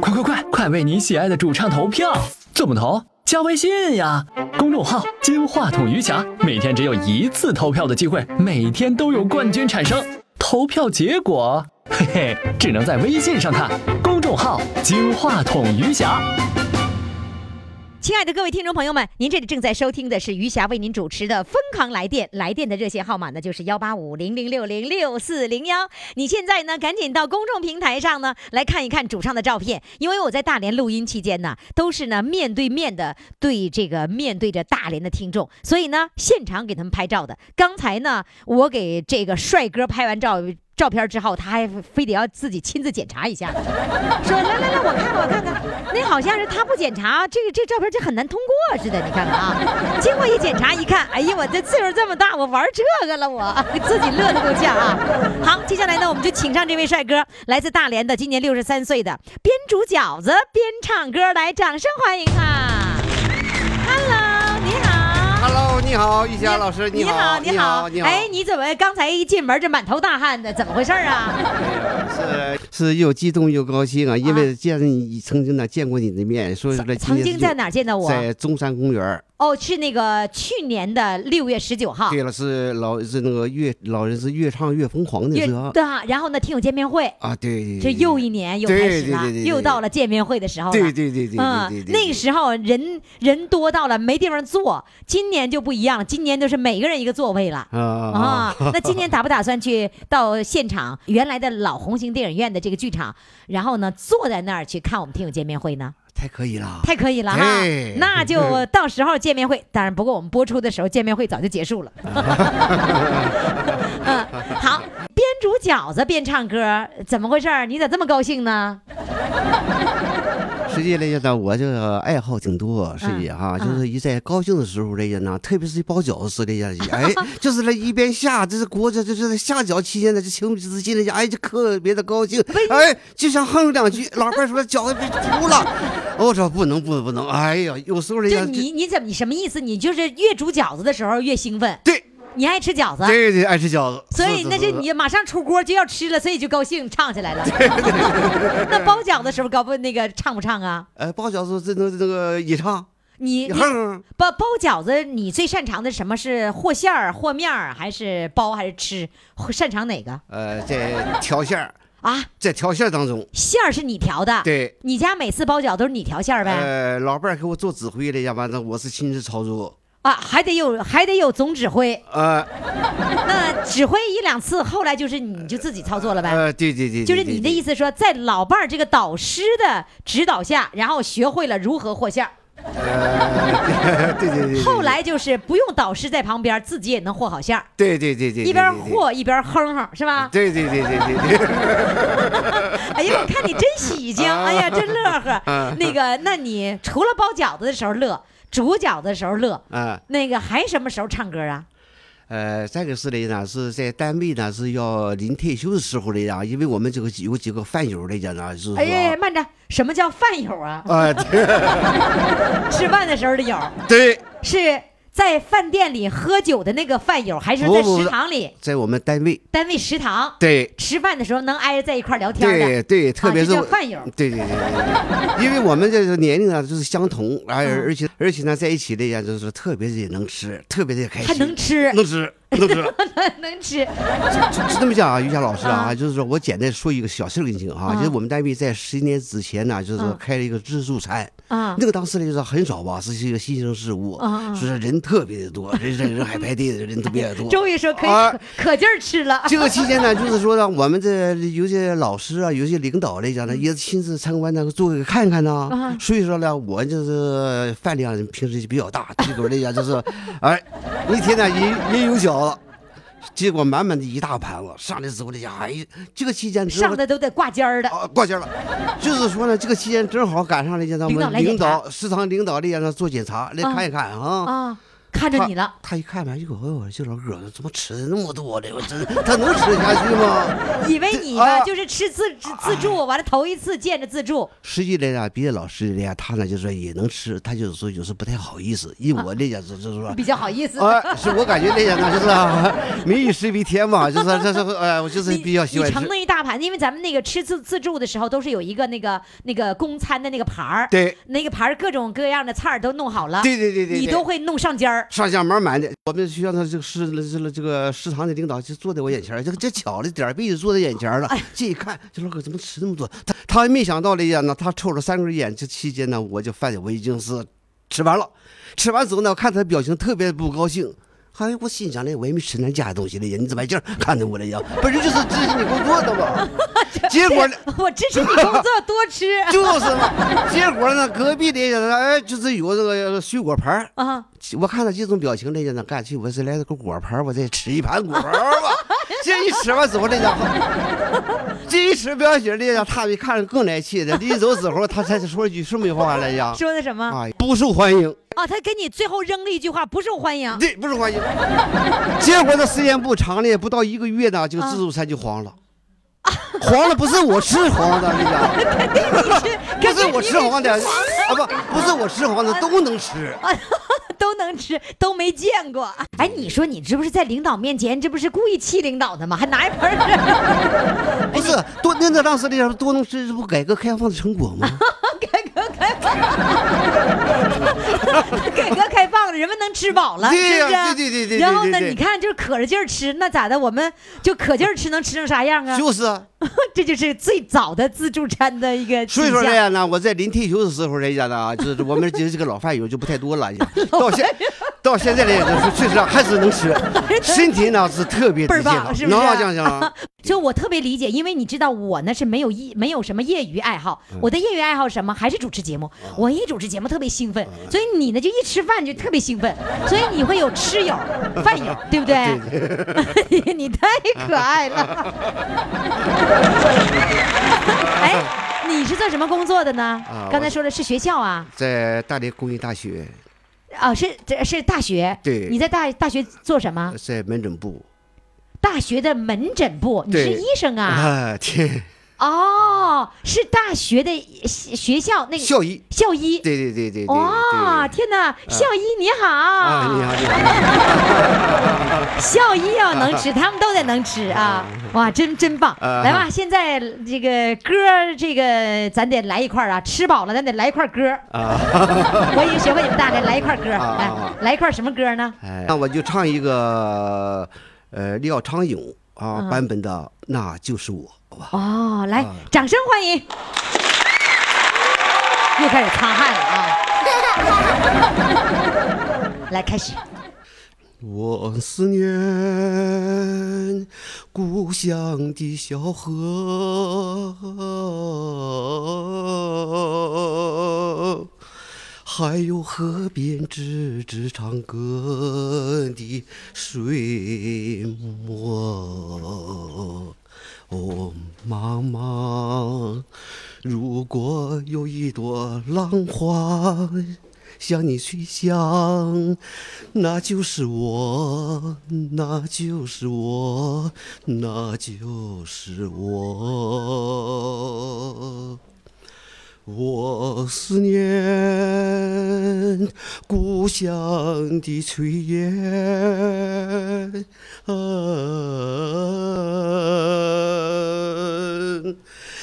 Speaker 1: 快快快，快为你喜爱的主唱投票！怎么投？加微信呀，公众号“金话筒余霞”，每天只有一次投票的机会，每天都有冠军产生。投票结果，嘿嘿，只能在微信上看。公众号“金话筒余霞”。
Speaker 3: 亲爱的各位听众朋友们，您这里正在收听的是余霞为您主持的《疯狂来电》，来电的热线号码呢就是幺八五零零六零六四零幺。你现在呢，赶紧到公众平台上呢来看一看主唱的照片，因为我在大连录音期间呢，都是呢面对面的对这个面对着大连的听众，所以呢现场给他们拍照的。刚才呢，我给这个帅哥拍完照。照片之后，他还非得要自己亲自检查一下，说来来来，我看看我看看， 那好像是他不检查，这个这照片就很难通过似的，你看看啊。经过一检查一看，哎呀，我这岁数这么大，我玩这个了我， 自己乐得够呛啊。好，接下来呢，我们就请上这位帅哥，来自大连的，今年六十三岁的，边煮饺子边唱歌，来，掌声欢迎他。Hello，你好。
Speaker 10: Hello，你你好，玉霞老师，
Speaker 3: 你
Speaker 10: 好，
Speaker 3: 你好，
Speaker 10: 你好，
Speaker 3: 哎，你怎么刚才一进门就满头大汗的？怎么回事啊？
Speaker 10: 是 是又激动又高兴啊，因为见你曾经呢见过你的面，所以说
Speaker 3: 曾经在哪儿见到我？
Speaker 10: 在中山公园儿。
Speaker 3: 哦，是那个去年的六月十九号。
Speaker 10: 对了，是老是那个越老人是越唱越疯狂的
Speaker 3: 越
Speaker 10: 时候
Speaker 3: 对啊，然后呢，听友见面会，
Speaker 10: 啊，对，
Speaker 3: 这又一年又开始了，
Speaker 10: 对对对对对
Speaker 3: 又到了见面会的时候了。
Speaker 10: 对对对对对对
Speaker 3: 嗯，
Speaker 10: 对，
Speaker 3: 那个时候人人多到了没地方坐，今年就不一样了，今年就是每个人一个座位了。
Speaker 10: 啊
Speaker 3: 啊
Speaker 10: 啊，
Speaker 3: 那今年打不打算去到现场原来的老红星电影院的这个剧场，然后呢坐在那儿去看我们听友见面会呢？
Speaker 10: 太可以了，
Speaker 3: 太可以了哈
Speaker 10: 对！
Speaker 3: 那就到时候见面会，当然不过我们播出的时候见面会早就 结束了。嗯，好，边煮饺子边唱歌，怎么回事儿？你咋这么高兴呢？
Speaker 10: 实际来讲呢，我这个爱好挺多，实际哈，
Speaker 3: 嗯
Speaker 10: 就是一在高兴的时候来讲呢，特别是包饺子时来讲， 哎， 就是那一边下，这是锅这这这下饺期间呢，这情不自禁的讲，哎，就特别的高兴，哎，就想哼两句。老伴儿说饺子别糊了， 我说不能不能不能，哎呀，有时候人
Speaker 3: 就
Speaker 10: 家
Speaker 3: 你你怎么你什么意思？你就是越煮饺子的时候越兴奋，
Speaker 10: 对
Speaker 3: 你爱吃饺子，
Speaker 10: 对对爱吃饺子，
Speaker 3: 所以那这你马上出锅就要吃了，所以就高兴唱起来了。 那包饺子时候高不那个唱不唱啊？
Speaker 10: 哎包饺子这能这个也唱，
Speaker 3: 你你
Speaker 10: 哼，
Speaker 3: 包包饺子，你最擅长的什么是和馅儿、和面儿，还是包还是吃？擅长哪个
Speaker 10: 呃，在调馅儿，
Speaker 3: 啊？
Speaker 10: 在调馅儿当中，
Speaker 3: 馅儿是你调的，
Speaker 10: 对。
Speaker 3: 你家每次包饺都是你调馅儿呗？
Speaker 10: 呃，老伴儿给我做指挥了，要不然呢我是亲自操作。
Speaker 3: 啊，还得有还得有总指挥，
Speaker 10: 呃
Speaker 3: 那指挥一两次，后来就是你就自己操作了呗？
Speaker 10: 呃，对对对，
Speaker 3: 就是你的意
Speaker 10: 思。
Speaker 3: 思说，在老伴儿这个导师的指导下，然后学会了如何和馅儿，
Speaker 10: 呃， 对对对对对。
Speaker 3: 后来就是不用导师在旁边，自己也能和好馅儿，
Speaker 10: 对，对对对对，
Speaker 3: 一边
Speaker 10: 对。
Speaker 3: 和一边哼哼，是吧？
Speaker 10: 对对对对对对，
Speaker 3: 哎 呀，我看你真喜庆，
Speaker 10: 啊
Speaker 3: 哎呀，真乐呵。那个，那你除了包饺子的时候乐，煮饺子的时候乐，
Speaker 10: 啊
Speaker 3: 那个还什么时候唱歌啊？
Speaker 10: 呃，再一个是嘞呢，是在单位呢是要临退休的时候嘞啊，因为我们这个有几个饭友来讲呢，就是说
Speaker 3: 哎呀，慢着，什么叫饭友啊？
Speaker 10: 啊， 对
Speaker 3: 吃饭的时候的友，
Speaker 10: 对，
Speaker 3: 是在饭店里喝酒的那个饭友，还是在
Speaker 10: 不不不
Speaker 3: 食堂里
Speaker 10: 在我们单位，
Speaker 3: 单位食堂？
Speaker 10: 对
Speaker 3: 吃饭的时候能挨着在一块儿聊天的，
Speaker 10: 对对，特别是
Speaker 3: 啊、这
Speaker 10: 我
Speaker 3: 叫饭友。
Speaker 10: 对对对对， 对因为我们这个年龄啊就是相同，哎，
Speaker 3: 嗯
Speaker 10: 而且而且呢，在一起的呀，就是特别的也能吃，特别的也开心，
Speaker 3: 还能吃
Speaker 10: 能吃，能吃。
Speaker 3: 能 吃，
Speaker 10: 是这么讲啊，于霞老师啊，
Speaker 3: 啊
Speaker 10: 就是说我简单说一个小事儿给你听啊，
Speaker 3: 嗯
Speaker 10: 就是我们单位在十年之前呢，就是说
Speaker 3: 嗯
Speaker 10: 开了一个自助餐，
Speaker 3: 啊
Speaker 10: 那个当时呢就是很少吧，是一个新生事物，
Speaker 3: 嗯嗯
Speaker 10: 所以说人特别的多，人人人海排队的人特别的多。
Speaker 3: 终于说可以、
Speaker 10: 啊
Speaker 3: 可可劲儿吃 了。
Speaker 10: 这个期间呢，就是说呢，我们这有些老师啊，有些领导来讲呢，也亲自参观那个座位看看呢。
Speaker 3: 啊
Speaker 10: 所以说呢，我就是饭量平时就比较大，结果来讲就是，哎，一天呢也也有饺子，结果满满的一大盘子上来之后来讲，哎，这个期间之后
Speaker 3: 上的都得挂尖儿的，
Speaker 10: 啊，挂尖了，就是说呢，这个期间正好赶上了讲咱
Speaker 3: 领导
Speaker 10: 们
Speaker 3: 来检
Speaker 10: 领
Speaker 3: 查
Speaker 10: 导食堂领导来讲呢做检查来
Speaker 3: 啊
Speaker 10: 看一看啊
Speaker 3: 啊，看着你了，
Speaker 10: 他。他一看完，哎呦，哎呦，这老哥怎么吃的那么多呢？我真，他能吃下去吗？
Speaker 3: 以为你吧、
Speaker 10: 啊
Speaker 3: 就是吃自自自助，完了头一次见着自助，
Speaker 10: 实际来讲，别的老师来讲，他呢就是说也能吃，他就是说有时候不太好意思。以我来讲，就是说。
Speaker 3: 比较好意思。
Speaker 10: 啊，是我感觉来讲呢，就是啊， 民以食为天嘛，就是说这是呃，我就是
Speaker 3: 你
Speaker 10: 比较喜欢
Speaker 3: 你盛
Speaker 10: 吃
Speaker 3: 那。一大盘子，因为咱们那个吃自自助的时候，都是有一个那个那个公餐的那个盘儿，
Speaker 10: 对，
Speaker 3: 那个盘儿各种各样的菜儿都弄好了，
Speaker 10: 对对对对对
Speaker 3: 你都会弄上尖儿，
Speaker 10: 上下满满的。我们学校的这个食这个这个食堂的领导就坐在我眼前儿，这个这巧了点儿，必须坐在眼前儿了。这一看，这老哥怎么吃那么多？他他也没想到了呀，呢，他抽了三根烟。这期间呢，我就饭我已经是吃完了，吃完之后呢，我看他的表情特别不高兴。哎，我心想嘞，我也没吃咱家的东西嘞呀，你怎么还这样看着我了呀？不是，就是支持你工作的 嘛。结果呢，
Speaker 3: 我支持你工作多吃
Speaker 10: 就是嘛。结果呢，隔壁的哎，就是有这个水果盘儿
Speaker 3: 啊。
Speaker 10: 我看他这种表情，那讲呢，干脆我是来个果盘儿，我再吃一盘果盘儿吧。这一吃完之后，那 家伙，这一吃不要紧，那家他比看着更来气 了。临走之后，他才说一句什么话来呀？
Speaker 3: 说的什么？
Speaker 10: 哎，不受欢迎，
Speaker 3: 哦，他给你最后扔了一句话，不受欢迎。
Speaker 10: 对，不受欢迎。结果这时间不长呢，不到一个月呢，就
Speaker 3: 嗯
Speaker 10: 自助餐就黄了。黄了不是我吃黄的，那家 不是我吃黄的，啊不，不是我吃黄的，都能吃。
Speaker 3: 都都能吃，都没见过。哎，你说你这不是在领导面前，这不是故意气领导的吗？还拿一盆儿，
Speaker 11: 不是多那那当时的多能吃，这不改革开放的成果吗？
Speaker 3: 改革开放，改革开放了，人们能吃饱了，
Speaker 11: 对
Speaker 3: 是
Speaker 11: 呀
Speaker 3: 不是？
Speaker 11: 对对对对对
Speaker 3: 然后呢，
Speaker 11: 对对
Speaker 3: 你看就是可着劲儿吃，那咋的？我们就可劲儿吃，能吃成啥样啊？
Speaker 11: 就是啊，
Speaker 3: 这就是最早的自助餐的一个
Speaker 11: 所以
Speaker 3: 景
Speaker 11: 说
Speaker 3: 象
Speaker 11: 这样呢，我在临退休的时候哎来讲呢，啊就是我们这这个老饭友就不太多 了，哎到现到现在来讲，就是确实啊还是能 吃，身体呢是特别
Speaker 3: 倍
Speaker 11: 的健康，
Speaker 3: 儿棒，是不 是？啊
Speaker 11: 能讲 讲
Speaker 3: 所以我特别理解，因为你知道我呢是没有业没有什么业余爱好，
Speaker 11: 嗯
Speaker 3: 我的业余爱好是什么还是主持节目。我一主持节目特别兴奋，
Speaker 11: 嗯
Speaker 3: 所以你呢就一吃饭就特别兴奋，所以你会有吃友、饭友，对不 对？你你太可爱了。哎，你是做什么工作的呢
Speaker 11: 啊？
Speaker 3: 刚才
Speaker 11: 我
Speaker 3: 说了是学校啊，
Speaker 11: 在大连工业大学，
Speaker 3: 啊是这是大学。
Speaker 11: 对呃
Speaker 3: 你在大大学做什么？
Speaker 11: 在门诊部，
Speaker 3: 大学的门诊部，你是
Speaker 11: 对
Speaker 3: 医生啊？
Speaker 11: 啊，天，
Speaker 3: 哦，是大学的学学校那个
Speaker 11: 校医，
Speaker 3: 校医。
Speaker 11: 对对对对对，
Speaker 3: 哇、
Speaker 11: 对
Speaker 3: 天哪！校医你好，
Speaker 11: 啊，你好，你好，
Speaker 3: 校医要能吃，他们都得能吃啊！哇，真真棒！
Speaker 11: 啊
Speaker 3: 来吧，现在这个歌儿，这个咱得来一块儿啊！吃饱了，咱得来一块儿歌儿。我已经学会你们大人来一块儿歌儿，
Speaker 11: 啊啊
Speaker 3: 哎
Speaker 11: 啊，
Speaker 3: 来一块儿什么歌儿呢？
Speaker 11: 哎，那我就唱一个，呃，廖昌永
Speaker 3: 嗯
Speaker 11: 啊版本的《那就是我》吧。
Speaker 3: 哦，
Speaker 11: 啊
Speaker 3: 来，掌声欢迎！又开始擦汗了啊！来，开始。
Speaker 11: 我思念故乡的小河，还有河边吱吱唱歌的水墨。哦，妈妈，如果有一朵浪花向你吹响，那就是我，那就是我，那就是我。我思念故乡的炊烟，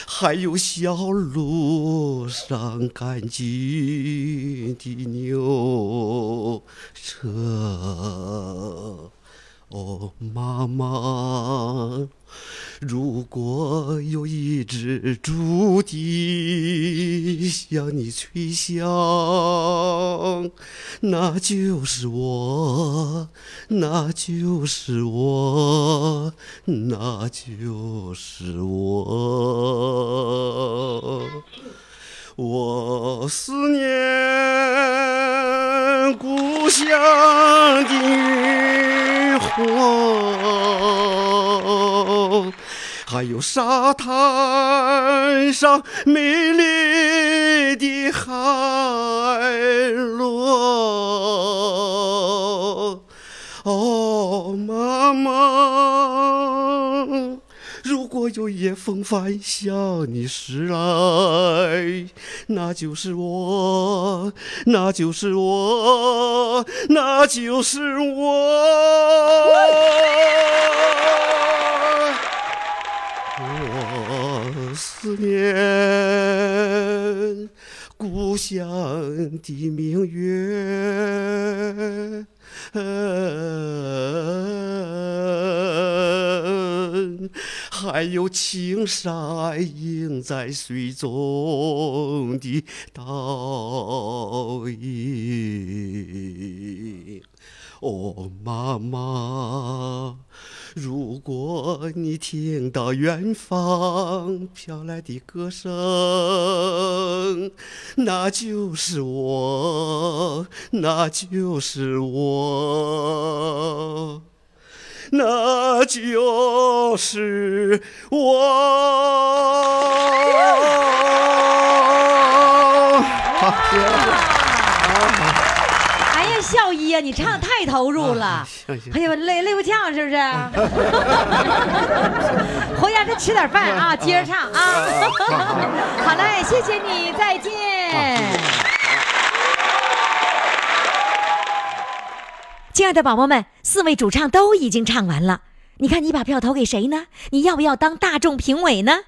Speaker 11: 还有小路上赶集的牛车。哦，妈妈，如果有一只竹笛向你吹响，那就是我，那就是我，那就是我。我思念故乡的渔火，还有沙滩上美丽的海螺。哦，妈妈，如果有夜风帆向你驶来，那就是我，那就是我，那就是我。我思念故乡的明月。还有青山映在水中的倒影。哦，妈妈，如果你听到远方飘来的歌声，那就是我，那就是我。那就是我。好，谢谢
Speaker 3: 哎呀，校医啊，你唱的太投入了
Speaker 11: 啊行行，
Speaker 3: 哎呦，累累不呛是不是？回家再吃点饭啊，接着唱啊。好嘞，谢谢你，再见。亲爱的宝宝们，四位主唱都已经唱完了，你看你把票投给谁呢？你要不要当大众评委呢？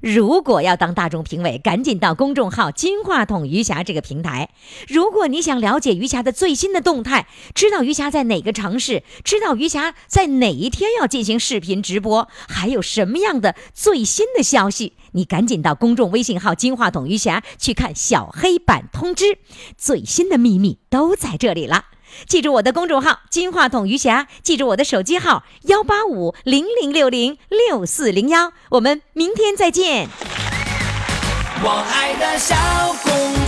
Speaker 3: 如果要当大众评委，赶紧到公众号“金话筒余霞”这个平台。如果你想了解余霞的最新的动态，知道余霞在哪个城市，知道余霞在哪一天要进行视频直播，还有什么样的最新的消息，你赶紧到公众微信号“金话筒余霞”去看小黑板通知，最新的秘密都在这里了。记住我的公众号“金话筒余霞”，记住我的手机号幺八五零零六零六四零幺。我们明天再见。
Speaker 4: 我爱的小公主。